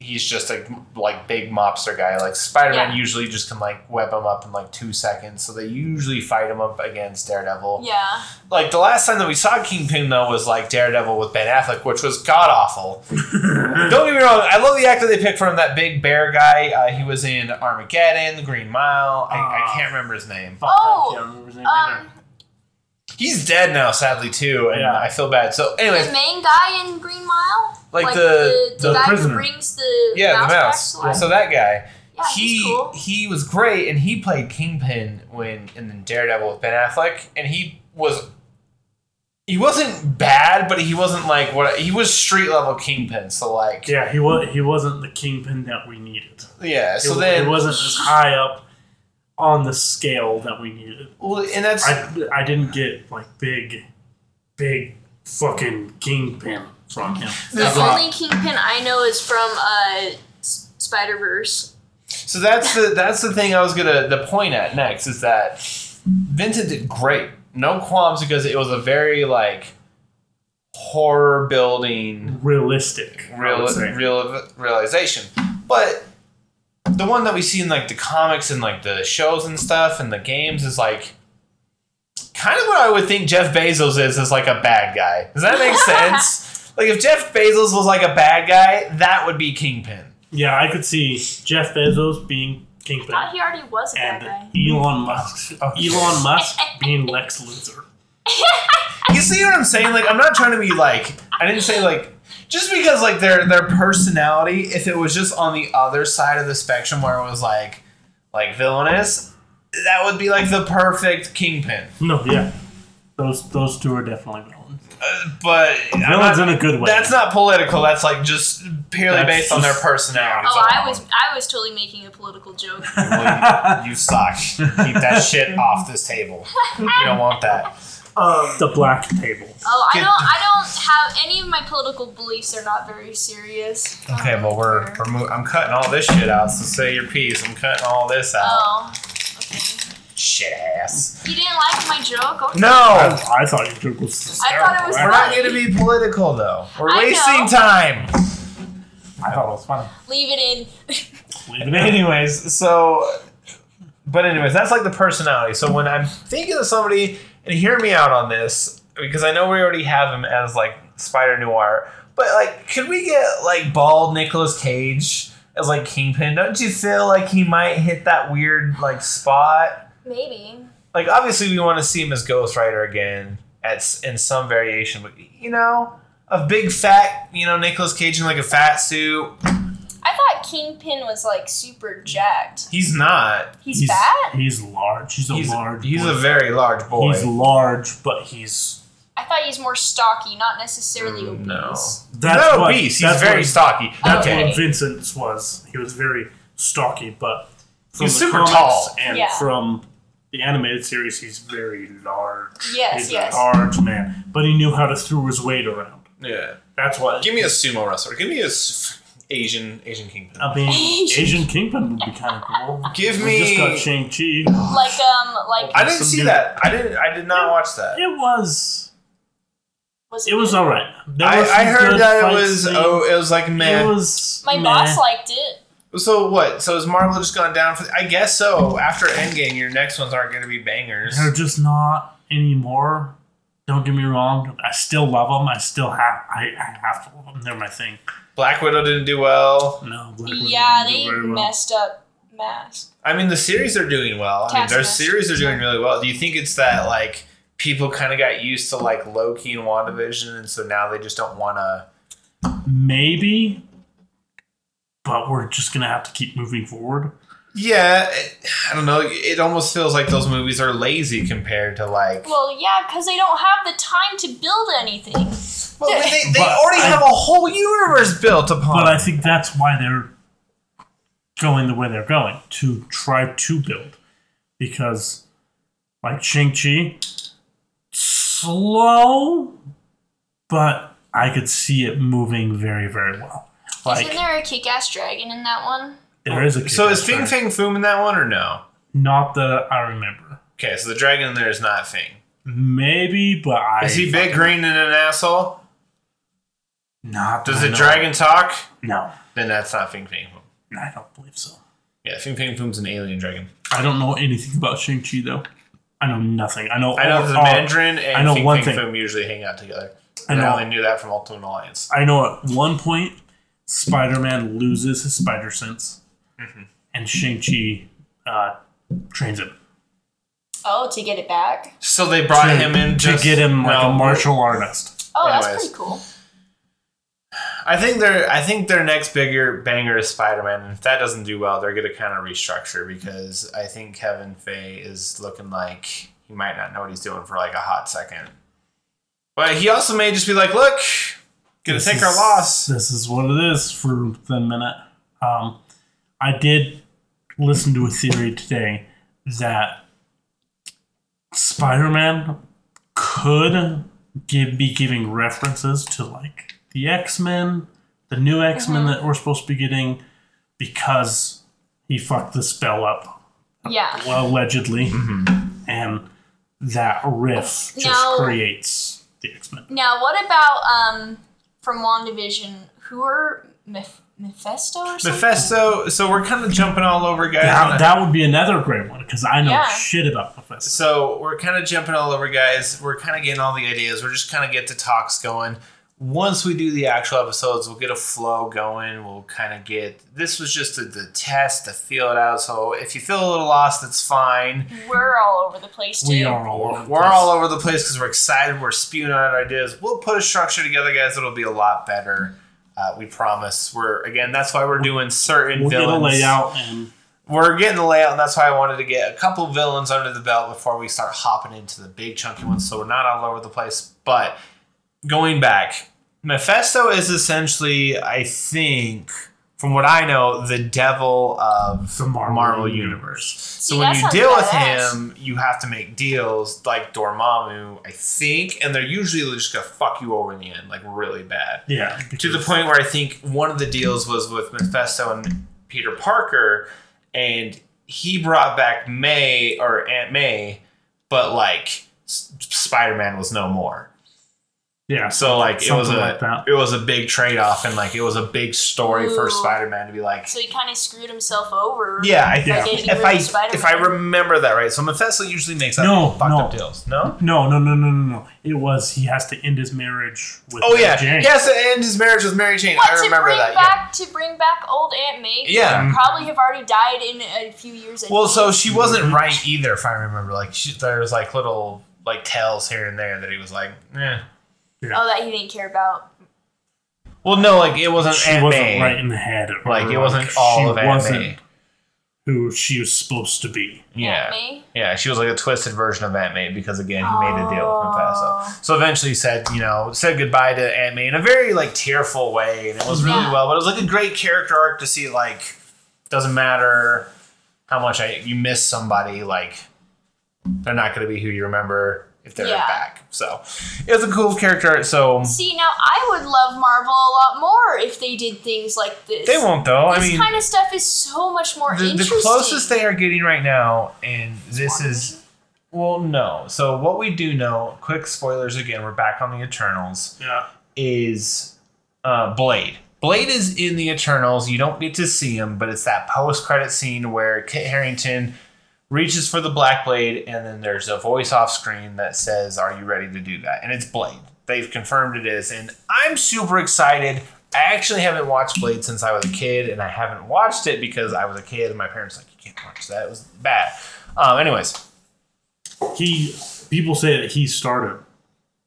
he's just a like big mobster guy. Like Spider Man
Yeah.
usually just can like web him up in like two seconds, so they usually fight him up against Daredevil.
yeah.
Like the last time that we saw Kingpin though was like Daredevil with Ben Affleck, which was god awful. Don't get me wrong. I love the actor they picked for him. That big bear guy. Uh, he was in Armageddon, The Green Mile. I, I
Ah.
can't remember his name.
Fuck, I
Oh,
can't remember his name either.
Um,
He's dead now, sadly too, and
Yeah.
I feel bad. So,
the
anyways,
main guy in Green Mile,
Like the-
the,
the
guy
prisoner.
who brings the
yeah,
mouse
the
back
mouse.
to life.
So that guy,
yeah,
he
he's cool.
he was great, and he played Kingpin when in the Daredevil with Ben Affleck, and he was. He wasn't bad, but he wasn't like what he was street level kingpin. So like,
Yeah, he was. He wasn't the Kingpin that we needed.
yeah,
it,
so then
it wasn't as high up on the scale that we needed.
Well, and that's
I, I didn't get like big, big fucking kingpin from him.
The
That's
only Kingpin I know is from uh, Spider Verse.
So that's the that's the thing I was gonna the point at next is that Vincent did great. No qualms because it was a very like horror building
Realistic, I would
real,
say.
real realization. But the one that we see in like the comics and like the shows and stuff and the games is like kind of what I would think Jeff Bezos is is like a bad guy. Does that make sense? Like if Jeff Bezos was like a bad guy, that would be Kingpin.
yeah, I could see Jeff Bezos being kingpin
Thought he already was a bad
and
guy.
Elon Musk, Oh,
Okay.
Elon Musk being Lex Luthor.
You see what I'm saying? Like, I'm not trying to be like. I didn't say like. Just because like their their personality, if it was just on the other side of the spectrum where it was like, like villainous, that would be like the perfect kingpin.
No, yeah, those those two are definitely villains.
But I'm
Villains
not-
in a good way.
that's not political. That's like just purely
That's
based on their
just-
personality.
Oh, I was I was totally making a political joke.
Well, you, you suck. Keep that shit off this table. You don't want that.
the black table.
Oh, I
Get-
don't I don't have any of my political beliefs are not very serious.
Okay, well we're, we're mo- I'm cutting all this shit out. So say your piece. I'm cutting all this out.
Oh, okay.
Shit ass.
You didn't like my joke? Okay.
No,
I, I thought your joke was.
I thought it was
we're
terrible.
not going to be political though. We're
I
wasting
know.
time.
I thought it was funny.
Leave it in.
Leave it in.
Anyways, so, but anyways, that's like the personality. So when I'm thinking of somebody, and hear me out on this because I know we already have him as like Spider Noir, but like, could we get like bald Nicolas Cage as like Kingpin? Don't you feel like he might hit that weird like spot?
Maybe.
like obviously we want to see him as Ghost Rider again at s- in some variation, but you know, a big fat, you know, Nicolas Cage in like a fat suit.
I thought Kingpin was like super jacked.
He's not.
He's, fat?
He's large. He's a
He's
large.
He's
boy.
a very large boy.
He's large, but he's
I thought he's more stocky, not necessarily
Mm,
obese.
no.
that's
not
what-
obese. He's
that's
very
what-
stocky.
That's
Okay.
what Vincent's was. He was very stocky, but from
He's
the
super
comics
tall.
and
Yeah.
from the animated series, he's very large.
Yes,
he's
yes.
a large man, but he knew how to throw his weight around.
Yeah.
That's what
me a sumo wrestler. Give me a s- Asian Asian Kingpin.
I mean.
Asian.
Asian Kingpin would be kind of cool.
Give
Um, We just got
me-
Shang Chi.
Like um like
I didn't
Some
see
dude-
that. I didn't. I did not watch that.
It was.
was
It was all right. There
I,
was some
I heard
good
that
fight
it was.
scenes.
Oh, it was like man.
It was
my
meh.
boss liked it.
So what? So has Marvel just gone down for? I guess so. After Endgame, your next ones aren't going to be bangers.
They're just not anymore. Don't get me wrong. I still love them. I still have. I, I have to love them. They're my thing.
Black Widow didn't do well.
No. Black Widow
Yeah,
didn't do
they
very well.
messed up mask.
I mean, the series are doing well. I mean, their
Taskmaster.
series are doing really well. Do you think it's that like people kind of got used to like Loki and WandaVision, and so now they just don't want to?
Maybe. but we're just gonna have to keep moving forward.
Yeah, it, I don't know. It almost feels like those movies are lazy compared to like.
Well, yeah, because they don't have the time to build anything.
Well, they, they
But
already
I-
have a whole universe built upon.
But I think that's why they're going the way they're going to try to build, because like Shang Chi, slow, but I could see it moving very very well.
Isn't
Like
there a kick-ass dragon in that one?
there is a
Oh, so is
kick-ass
Fing
dragon.
Fang Foom in that one or no?
not that I remember.
Okay, so the dragon in there is not Fing.
Maybe, but I
Is he big, green, and an asshole?
Not
Does
that I
the
know.
dragon talk?
No,
Then that's not Fing Fang Foom.
I don't believe so.
Yeah, Fing Fang Foom's an alien dragon.
I don't know anything about Shang Chi though. I know nothing. I know.
I know the
all-
Mandarin and
I know
Fing
one
Fang
thing.
Foom usually hang out together.
I
And I
know.
only knew that from Ultimate Alliance.
I know at one point Spider Man loses his spider sense,
Mm-hmm.
and Shang Chi uh, trains him
Oh, to get it back.
So they brought
to,
him in
to
just,
get him like
no,
a martial artist.
Oh, that's
Anyways.
pretty cool.
I think their I think their next bigger banger is Spider Man, and if that doesn't do well, they're gonna kind of restructure because I think Kevin Feige is looking like he might not know what he's doing for like a hot second. But he also may just be like, "Look, gonna
This
take
is-
our loss."
This is what it is for the minute. Um, I did listen to a theory today that Spider Man could give, be giving references to like the X Men, the new X Men that we're supposed to be getting, because he fucked the spell up
Yeah.
allegedly,
Mm-hmm.
and that riff just
Now-
creates the X Men.
Now, what about um from WandaVision? Who are Meph- Mephisto or something?
Mephisto. So we're kind of jumping all over, guys.
That, that would be another great one because I know
Yeah.
shit about Mephisto.
So we're kind of jumping all over, guys. We're kind of getting all the ideas. We're just kind of get the talks going. Once we do the actual episodes, we'll get a flow going. We'll kind of get this was just a, the test to feel it out. So if you feel a little lost, that's fine.
We're all over the place too.
We are all
We're,
over. the
we're
place.
all over the place because we're excited. We're spewing out ideas. We'll put a structure together, guys. It'll be a lot better. Uh, we promise. We're again. That's why we're doing certain
We'll
villains
get a layout and
we're getting the layout, and that's why I wanted to get a couple villains under the belt before we start hopping into the big chunky ones, so we're not all over the place. But going back, Mephisto is essentially, I think, from what I know, the devil of
The Marvel
universe.
universe.
So
See,
when
that
you
sounds
deal with
badass.
him, you have to make deals like Dormammu, I think, and they're usually just gonna fuck you over in the end, like really bad
yeah,
to the
because-
point where I think one of the deals was with Mephisto and Peter Parker, and he brought back May or Aunt May, but like Spider Man was no more.
yeah.
So like it was a
Something like that.
it was a big trade off, and like it was a big story for
Ooh.
Spider Man to be like.
So he kind of screwed himself over.
Yeah, I
Yeah.
think
Getting
if
rid
I
of Spider-Man.
if I remember that right, so Mephisto usually makes up
No,
fucked
no.
up deals. No.
No, no, no, no, no, no. It was he has to end his marriage with.
Oh
Mary
yeah,
Jane.
he has to end his marriage with Mary Jane.
But
I
to
remember
bring
that. yeah.
back to bring back old Aunt May, who
Yeah.
would probably have already died in a few years.
Well,
anyway.
so she wasn't right either, if I remember. Like she, there was like little like tells here and there that he was like, eh.
oh, that he didn't care about.
Well, no, like it wasn't
She
Aunt
wasn't
May.
right in the head. or,
Like it wasn't all
she
of Aunt
wasn't
May.
who she was supposed to be.
Yeah,
Aunt May.
yeah, she was like a twisted version of Aunt May because again, he made a deal with Mephisto.
Oh.
So eventually, he said you know said goodbye to Aunt May in a very like tearful way, and it was really
Yeah.
well. But it was like a great character arc to see. Like doesn't matter how much I you miss somebody, like they're not going to be who you remember if they're
Yeah.
back. So it was a cool character. arc, So
See, now I would love Marvel a lot more if they did things like this.
They won't though. I
this
mean,
kind of stuff is so much more
the, the
interesting.
closest they are getting right now, and this is well, no. So what we do know, quick spoilers again. We're back on the Eternals.
Yeah.
Is uh, Blade. Blade is in the Eternals. You don't get to see him, but it's that post-credit scene where Kit Harrington reaches for the Black Blade, and then there's a voice off screen that says, "Are you ready to do that?" And it's Blade. They've confirmed it is, and I'm super excited. I actually haven't watched Blade since I was a kid, and I haven't watched it because I was a kid, and my parents were like, "You can't watch that. It was bad." Um, anyways,
He people say that he started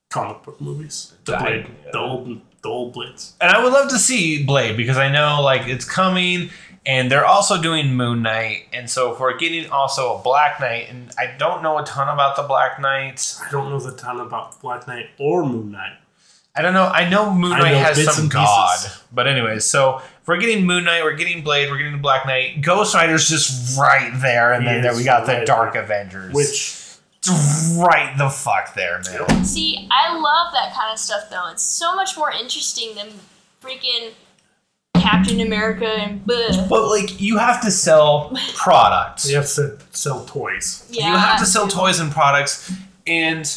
comic book movies. The
I-
Blade, the old, the the old Blitz.
And I would love to see Blade because I know like it's coming, and they're also doing Moon Knight, and so if we're getting also a Black Knight, and I don't know a ton about the Black Knight.
I don't know the ton about Black Knight or Moon Knight.
I don't know. I know Moon
I
Knight
know
has
bits
some
and
god,
pieces.
but anyways, so if we're getting Moon Knight, we're getting Blade, we're getting the Black Knight. Ghost Rider's just right there, and
He
then there
is
we got the
right
Dark
there.
Avengers,
Which
It's right the fuck there, man.
See, I love that kind of stuff though. It's so much more interesting than freaking Captain America and bleh.
But like, you have to sell products.
they have to sell toys.
Yeah.
You have to sell toys and products. And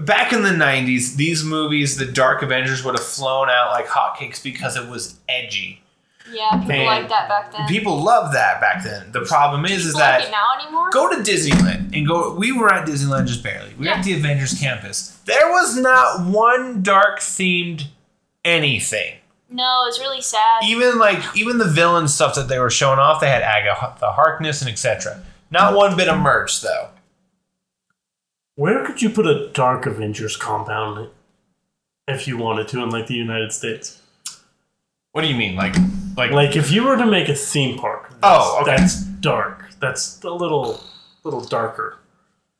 back in the 90s, these movies, the Dark Avengers, would have flown out like hotcakes because it was edgy.
Yeah, people
Man.
liked that back then.
People loved that back then. The problem is, is
People
that
like it now anymore?
go to Disneyland and go. We were at Disneyland just barely. We were
Yeah.
at the Avengers campus. There was not one dark themed anything.
no, it's really sad.
Even like even the villain stuff that they were showing off, they had Agatha Harkness and etc. Not one bit of merch though.
Where could you put a Dark Avengers compound if you wanted to in like the United States?
What do you mean, like like
Like if you were to make a theme park.
Oh, okay.
That's dark. That's a little little darker.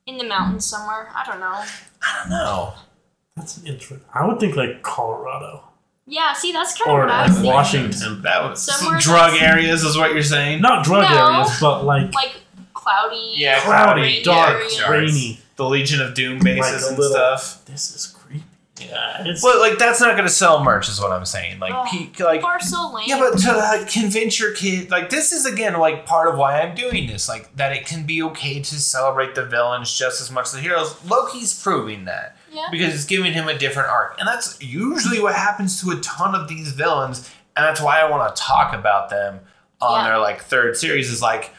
In the mountains somewhere. I don't know.
I don't know.
That's interesting. I would think like Colorado
Yeah, see, that's kind
or
of what I
like
was thinking.
Washington.
That was
Somewhere
drug
that's-
areas is what you're saying.
Not drug
No.
areas, but like
Like cloudy.
Yeah,
cloudy,
Rainy
dark,
areas.
rainy.
The Legion of Doom bases
Like a
and
little-
stuff.
This is creepy. Yeah, it's
Well, like that's not gonna sell merch, is what I'm saying. Like,
Oh,
pe- like
People are so lame.
Yeah, but to like, convince your kid, like this is again like part of why I'm doing this, like that it can be okay to celebrate the villains just as much as the heroes. Loki's proving that
Yeah.
because it's giving him a different arc, and that's usually what happens to a ton of these villains, and that's why I want to talk about them on
Yeah.
their like third series. Is like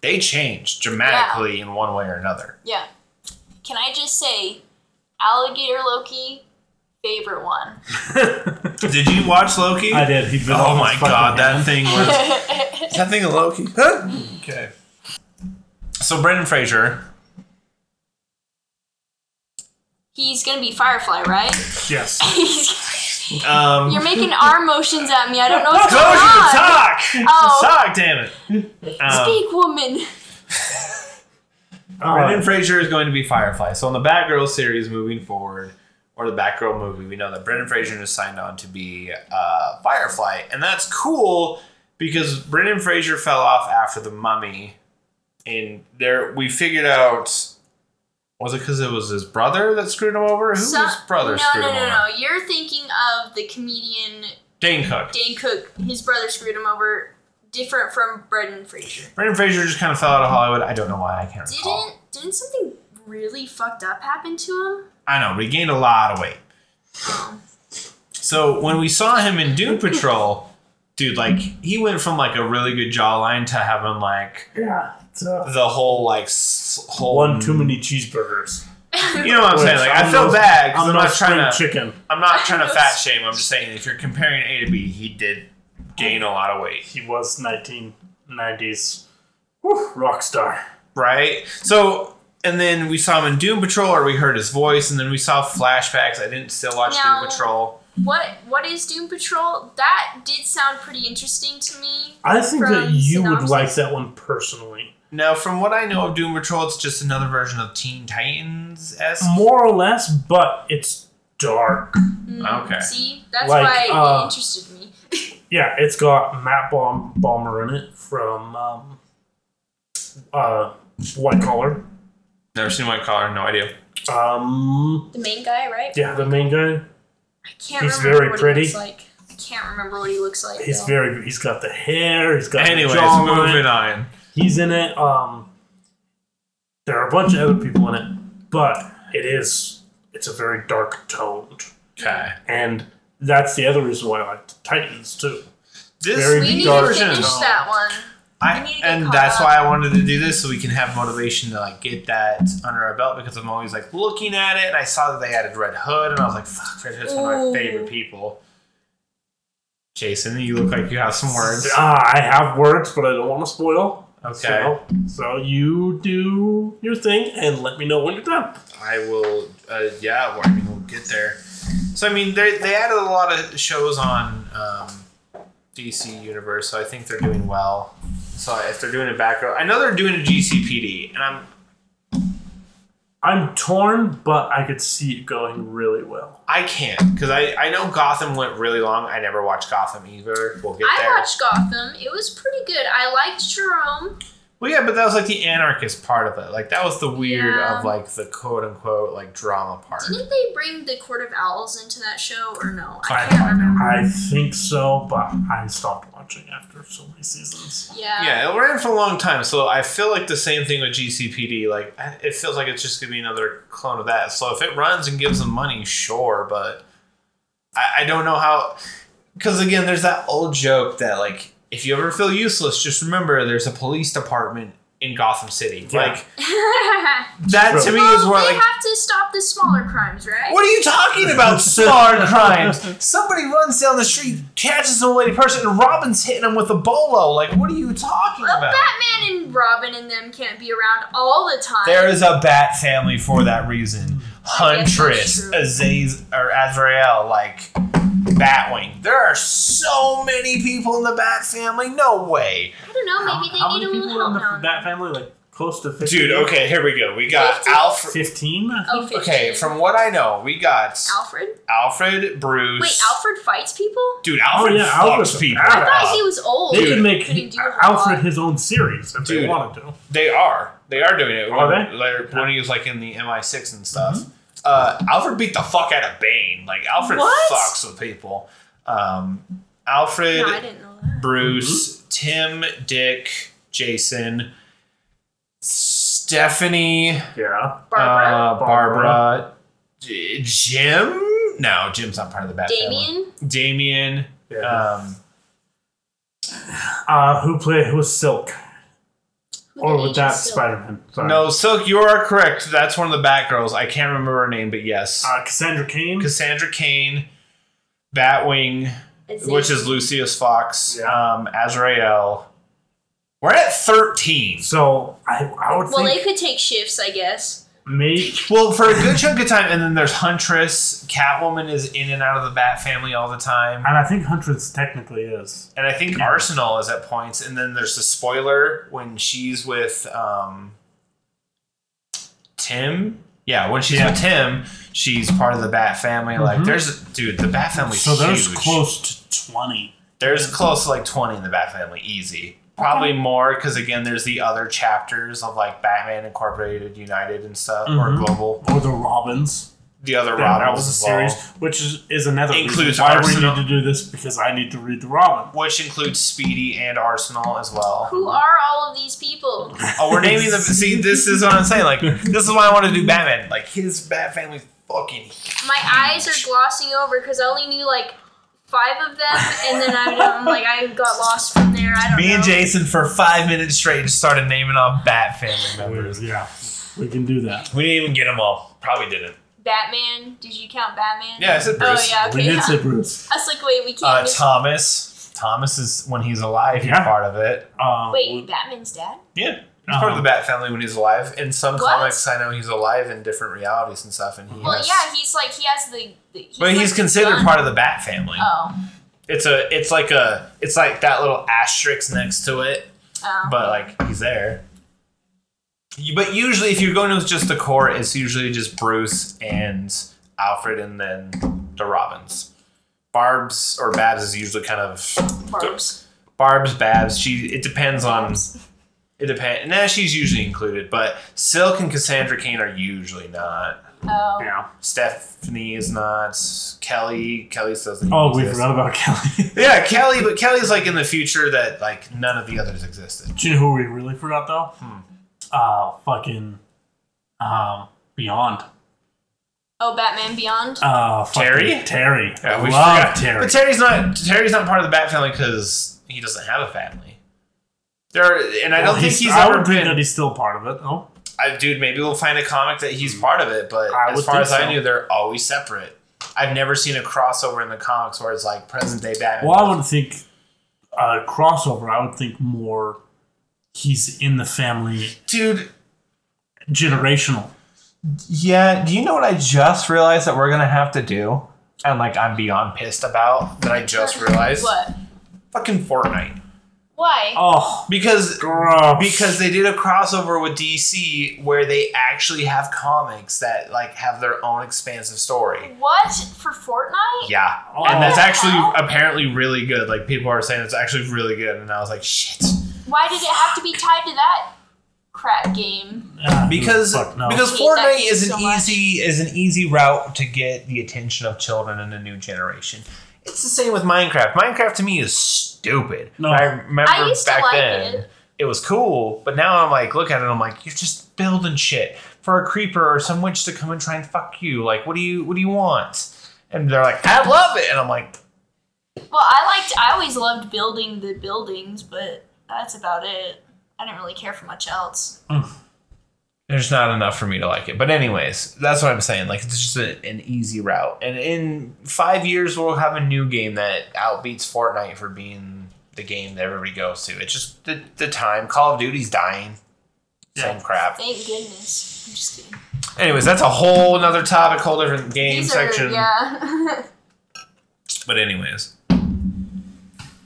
they change dramatically in one way or another.
Yeah. Can I just say, Alligator Loki, favorite one.
Did you watch Loki?
I did. He bit
Oh
off
my
his fucking
god, that
hand.
thing was
yeah,
that thing a Loki? Huh? okay. So Brendan Fraser.
he's gonna be Firefly, right?
Yes.
Um,
You're making arm motions at me. I don't know what's
Close
going
your
on.
talk.
Oh.
Talk, damn it. Um,
Speak, woman.
All
Brendan
right.
Fraser is going to be Firefly. So in the Batgirl series moving forward, or the Batgirl movie, we know that Brendan Fraser has signed on to be uh, Firefly, and that's cool because Brendan Fraser fell off after the Mummy, and there we figured out. Was it because it was his brother that screwed him over? Who was
So-
his brother
no,
screwed
no,
him
no,
over?
no. You're thinking of the comedian
Dane Cook.
Dane Cook. His brother screwed him over. Different from Brendan Fraser.
Brendan Fraser just kind of fell out of Hollywood. I don't know why. I can't recall.
Didn't didn't something really fucked up happen to
I know, but he gained a lot of weight.
him?
So when we saw him in Doom Patrol, dude, like he went from like a really good jawline to having like
Yeah. It's, uh,
the whole like s- whole
one too many cheeseburgers.
You know what I'm saying? Like i
I'm
feel
no-
bad 'cause
I'm
I'm
not
not trying to.
chicken.
I'm not trying to fat shame. I'm just saying if you're comparing A to B, he did gain a lot of weight.
He was 1990s whew, rock star.
right? So, and then we saw him in Doom Patrol, or we heard his voice, and then we saw flashbacks. I didn't still watch
Now-
Doom Patrol.
What what is Doom Patrol? That did sound pretty interesting to me.
I think that
From
you would
synopsis.
like that one personally,
Now, from what I know of Doom Patrol, it's just another version of Teen Titans esque.
more or less. But it's dark.
Mm,
Okay.
See, that's
Like,
why
uh,
it interested me.
Yeah, it's got Matt Baum Balmer in it from um, uh, White Collar.
Never seen White Collar, no idea.
Um,
The main guy, right?
yeah, the main guy.
I can't
He's
remember
very
what
pretty.
he looks like. I can't remember what he looks like.
He's
though.
very. He's got the hair. He's got.
Anyways,
the jawline.
moving on.
He's in it. Um, there are a bunch of other people in it, but it is it's a very dark toned,
Okay.
and that's the other reason why I liked Titans too.
This
Very
we need
dark
to finish
tone.
that one.
I,
We need to get
and
caught
that's
up.
why I wanted to do this so we can have motivation to like get that under our belt because I'm always like looking at it and I saw that they added Red Hood and I was like, fuck, Red Hood's one of
Ooh.
my favorite people. Jason, you look like you have some words.
Ah, I have words, but I don't want to spoil.
Okay.
So, so you do your thing and let me know when you're done.
I will. Uh, yeah, well, I mean, we'll get there. So I mean, they they added a lot of shows on um, DC Universe, so I think they're doing well. So if they're doing a back row, I know they're doing a GCPD, and I'm
I'm torn, but I could see it going really well.
I can't because I I know Gotham went really long. I never watched Gotham either. We'll get there.
I watched Gotham. It was pretty good. I liked Jerome.
well, yeah, but that was like the anarchist part of it. Like that was the weird
Yeah.
of like the quote unquote like drama part.
Didn't they bring the Court of Owls into that show or no? I
I
can't remember.
I think so, but I stopped watching after so many seasons.
Yeah.
Yeah, it ran for a long time, so I feel like the same thing with GCPD. Like, it feels like it's just gonna be another clone of that. So if it runs and gives them money, sure, but I, I don't know how. Because again, there's that old joke that like, if you ever feel useless, just remember there's a police department in Gotham City.
Yeah.
Like that to me is
well,
where
they
like.
have to stop the smaller crimes, right?
What are you talking about? Smart crimes. Somebody runs down the street, catches an old lady person, and Robin's hitting him with a bolo. Like, what are you talking
Well,
about?
Batman and Robin and them can't be around all the time.
There is a bat family for that reason. Huntress,
I guess
Azaz, or Azrael, like Batwing. There are so many people in the bat family. No way,
I don't know. Oh, Maybe
how
they need
many
a
people
little help
in the,
now. and then.
that family? Like close to 15?
dude. Okay, here we go. We got Alfred.
15?
Oh, 15.
Okay, from what I know, we got
Alfred.
Alfred, Bruce.
Wait, Alfred fights people.
Dude, Alfred
Oh, yeah,
fucks
Alfred's a
people.
badass.
I thought he was old.
They
Dude.
could make
Couldn't do a whole
Alfred
lot.
his own series if they
Dude.
wanted to.
They are. They are doing it.
Are
when,
they?
Like, when he was like in the MI6 and stuff. Uh, Alfred beat the fuck out of Bane. Like Alfred
What?
fucks with people. Um, Alfred,
No, I didn't know that.
Bruce,
Mm-hmm.
Tim, Dick, Jason, Stephanie,
Yeah.
Barbara.
uh, Barbara, J- Jim. No, Jim's not part of the Bat family.
Damien.
Damien.
yeah.
Um,
Uh, who play who was Silk? Or
Who
with
the
that
age is
Spider Man.
no, Silk, you are correct. That's one of the Batgirls. I can't remember her name, but yes.
Uh, Cassandra Kane.
Cassandra Kane, Batwing,
still-
which is Lucius Fox,
Yeah.
um, Azrael. We're at 13.
So I, I would
Well, they
think
could take shifts, I guess.
make
Well, for a good chunk of time, and then there's Huntress. Catwoman is in and out of the Bat family all the time.
and I think Huntress technically is.
And I think Arsenal is at points. And then there's the spoiler when she's with um, Tim. Yeah, when she's
Yeah.
with Tim, she's part of the Bat family. Like,
Mhm.
there's, dude, the Bat family's
So there's
huge.
close to twenty.
There's close to like 20 in the Bat family, easy. Probably more because again, there's the other chapters of like Batman Incorporated, United, and stuff, or
Mhm.
Global.
Or the Robins.
The other
Yeah, that
Robins
was a
as well,
series, which is, is another
Includes
reason why
Arsenal.
we need to do this because I need to read the Robin.
which includes Speedy and Arsenal as well.
Who are all of these people?
Oh, we're naming them. See, this is what I'm saying. Like, this is why I want to do Batman. Like, his Bat family's fucking.
My eyes are glossing over because I only knew like five of them, and then I am like I got lost from there. I don't
Me
know.
and Jason for five minutes straight just started naming off Bat family members.
Yeah, we can do that.
We didn't even get them all. Probably didn't.
Batman. Did you count Batman?
Yeah, I said
Oh
Bruce.
yeah.
we
Okay.
did
Yeah.
say Bruce.
I was like, wait, we can't.
Uh,
miss-
Thomas. Thomas is when he's alive. He's
Yeah.
part of it.
Um,
wait, Batman's dad.
Yeah. He's
Uh-huh.
part of the Bat family when he's alive. In some
What?
comics, I know he's alive in different realities and stuff. And he
Well,
has,
yeah, he's like he has the. the he's
but he's considered part of the Bat family.
Oh.
It's a, it's like a, it's like that little asterisk next to it,
Oh.
but like he's there. You- But usually, if you're going with just the core, it's usually just Bruce and Alfred, and then the Robins. Barb's or Babs is usually kind of
Barbs.
Barb's Babs. She it depends on It depends. Nah, she's usually included, but Silk and Cassandra Kane are usually not.
Oh.
yeah.
Stephanie is not. Kelly, Kelly doesn't. even
Oh, we
exist.
forgot about Kelly.
Yeah, Kelly, but Kelly's like in the future that like none of the others existed.
do you know who we really forgot though?
Hmm.
Uh, fucking, um, Beyond.
Oh, Batman Beyond.
Uh, fucking
Terry?
Terry.
Yeah,
I love
forgot.
Terry.
But Terry's not. Terry's not part of the Bat family because he doesn't have a family. There, are, and I
Well,
don't think he's
I
ever
would think
been.
that he's still part of it. Oh,
I, dude, maybe we'll find a comic that he's part of it, but
I
as
would
far
think
as
so.
I knew, they're always separate. I've never seen a crossover in the comics where it's like present day Batman.
well, I would think uh, crossover. I would think more. He's in the family
dude,
generational.
Yeah, do you know what I just realized that we're gonna have to do? and like I'm beyond pissed about that I just realized.
What?
Fucking Fortnite.
Why?
Oh,
Because
gross.
because they did a crossover with DC where they actually have comics that like have their own expansive story.
What for Fortnite?
Yeah.
Oh.
And that's actually
Wow.
apparently really good. Like people are saying it's actually really good and I was like, "Shit."
Why did it have to be tied to that crap game?
Ah,
Because
fuck no.
because
I hate that
Fortnite
game
is an
so much.
easy is an easy route to get the attention of children in a new generation. It's the same with Minecraft. Minecraft to me is stupid.
No.
I remember
I used to
back
like
then
it.
it was cool, but now I'm like, look at it, I'm like, you're just building shit for a creeper or some witch to come and try and fuck you. Like, what do you what do you want? And they're like, I love it, and I'm like,
Well, I liked. I always loved building the buildings, but that's about it. I didn't really care for much else.
there's not enough for me to like it. But anyways, that's what I'm saying. Like it's just a, an easy route. And in five years, we'll have a new game that outbeats Fortnite for being the game that everybody goes to. It's just the, the time. Call of Duty's dying. Same
Yeah.
crap.
Thank goodness. I'm just kidding.
Anyways, that's a whole another topic, whole different game
These
section.
are yeah.
But anyways,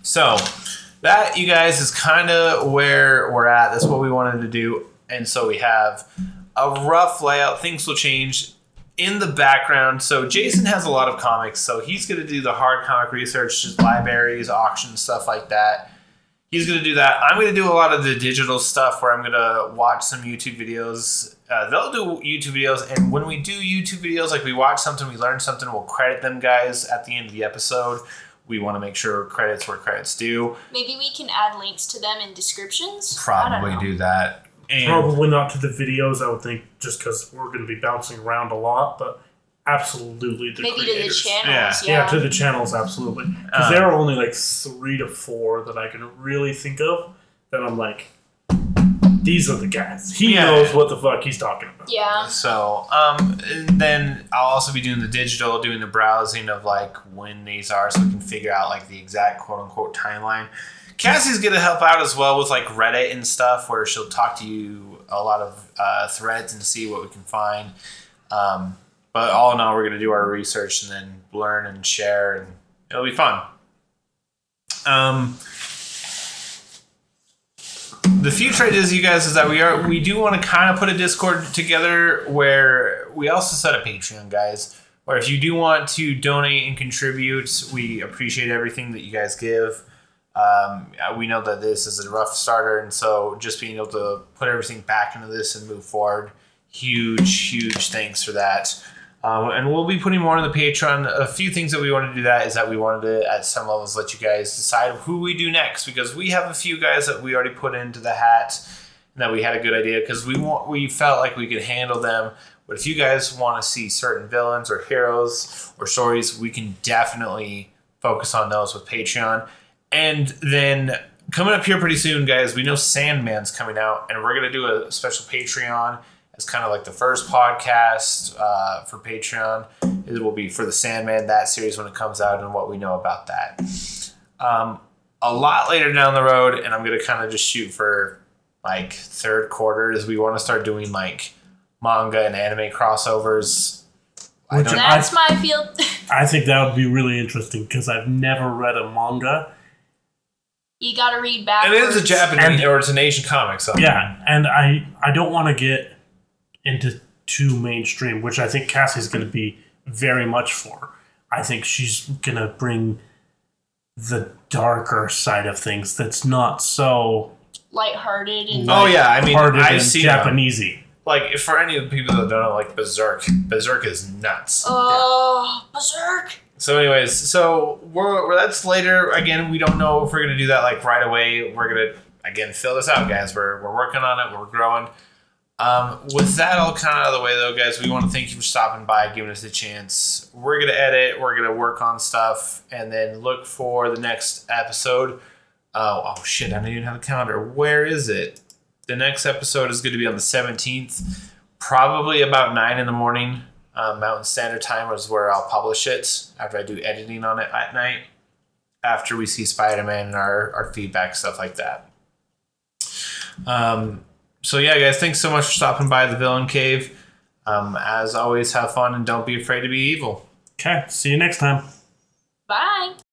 so that you guys is kind of where we're at. That's what we wanted to do, and so we have a rough layout. Things will change in the background. So Jason has a lot of comics, so he's going to do the hard comic research, just libraries, auctions, stuff like that. He's going to do that. I'm going to do a lot of the digital stuff where I'm going to watch some YouTube videos. Uh, they'll do YouTube videos, and when we do YouTube videos, like we watch something, we learn something, we'll credit them guys at the end of the episode. We want to make sure credits where credits due.
Maybe we can add links to them in descriptions. I
Probably
don't know.
do that. And
Probably not to the videos, I would think, just because we're going to be bouncing around a lot, but absolutely the
Maybe to the
creators.
channels.
Yeah,
Yeah.
to the channels, absolutely. Because
Um,
there are only like three to four that I can really think of that I'm like, these are the guys. He
Yeah.
knows what the fuck he's talking about.
yeah.
So, um, and then I'll also be doing the digital, doing the browsing of like when these are, so we can figure out like the exact quote unquote timeline. Cassie's gonna help out as well with like Reddit and stuff, where she'll talk to you a lot of uh, threads and see what we can find. Um, but all in all, we're gonna do our research and then learn and share, and it'll be fun. Um, the future ideas, you guys, is that we are we do want to kind of put a Discord together where we also set a Patreon, guys. Where if you do want to donate and contribute, we appreciate everything that you guys give. Um, uh, we know that this is a rough starter, and so just being able to put everything back into this and move forward, huge, huge thanks for that. Um, and we'll be putting more on the Patreon. A few things that we want to do that is that we wanted to, at some levels, let you guys decide who we do next because we have a few guys that we already put into the hat and that we had a good idea because we want we felt like we could handle them. But if you guys want to see certain villains or heroes or stories, we can definitely focus on those with Patreon. And then coming up here pretty soon, guys, we know Sandman's coming out, and we're gonna do a special Patreon as kind of like the first podcast uh, for Patreon. It will be for the Sandman that series when it comes out and what we know about that. Um, a lot later down the road, and I'm gonna kind of just shoot for like third quarter is we want to start doing like manga and anime crossovers. I
Which
don't,
I-
That's my field.
I think that would be really interesting because I've never read a manga.
you gotta read back.
and it is a Japanese
And-
or it's an Asian comic, so
Yeah, and I I don't want to get into too mainstream, which I think Cassie's going to be very much for. I think she's going to bring the darker side of things that's not so
Lighthearted and
Oh yeah, I mean,
hard
I've
and
seen them.
Japanesey.
like if for any of the people that don't know, like Berserk, Berserk is nuts.
Oh, berserk.
So, anyways, so we're, we're that's later. Again, we don't know if we're gonna do that like right away. We're gonna again fill this out, guys. We're we're working on it. We're growing. Um, with that all kind of out of the way, though, guys, we want to thank you for stopping by, giving us a chance. We're gonna edit. We're gonna work on stuff, and then look for the next episode. Oh, oh shit! I don't even have a calendar. Where is it? The next episode is going to be on the seventeenth, probably about nine in the morning. Um, Mountain Standard Time is where I'll publish it after I do editing on it at night. After we see Spider Man and our, our feedback, stuff like that. Um, so, yeah, guys, thanks so much for stopping by the Villain Cave. Um, as always, have fun and don't be afraid to be evil.
Okay, see you next time.
Bye.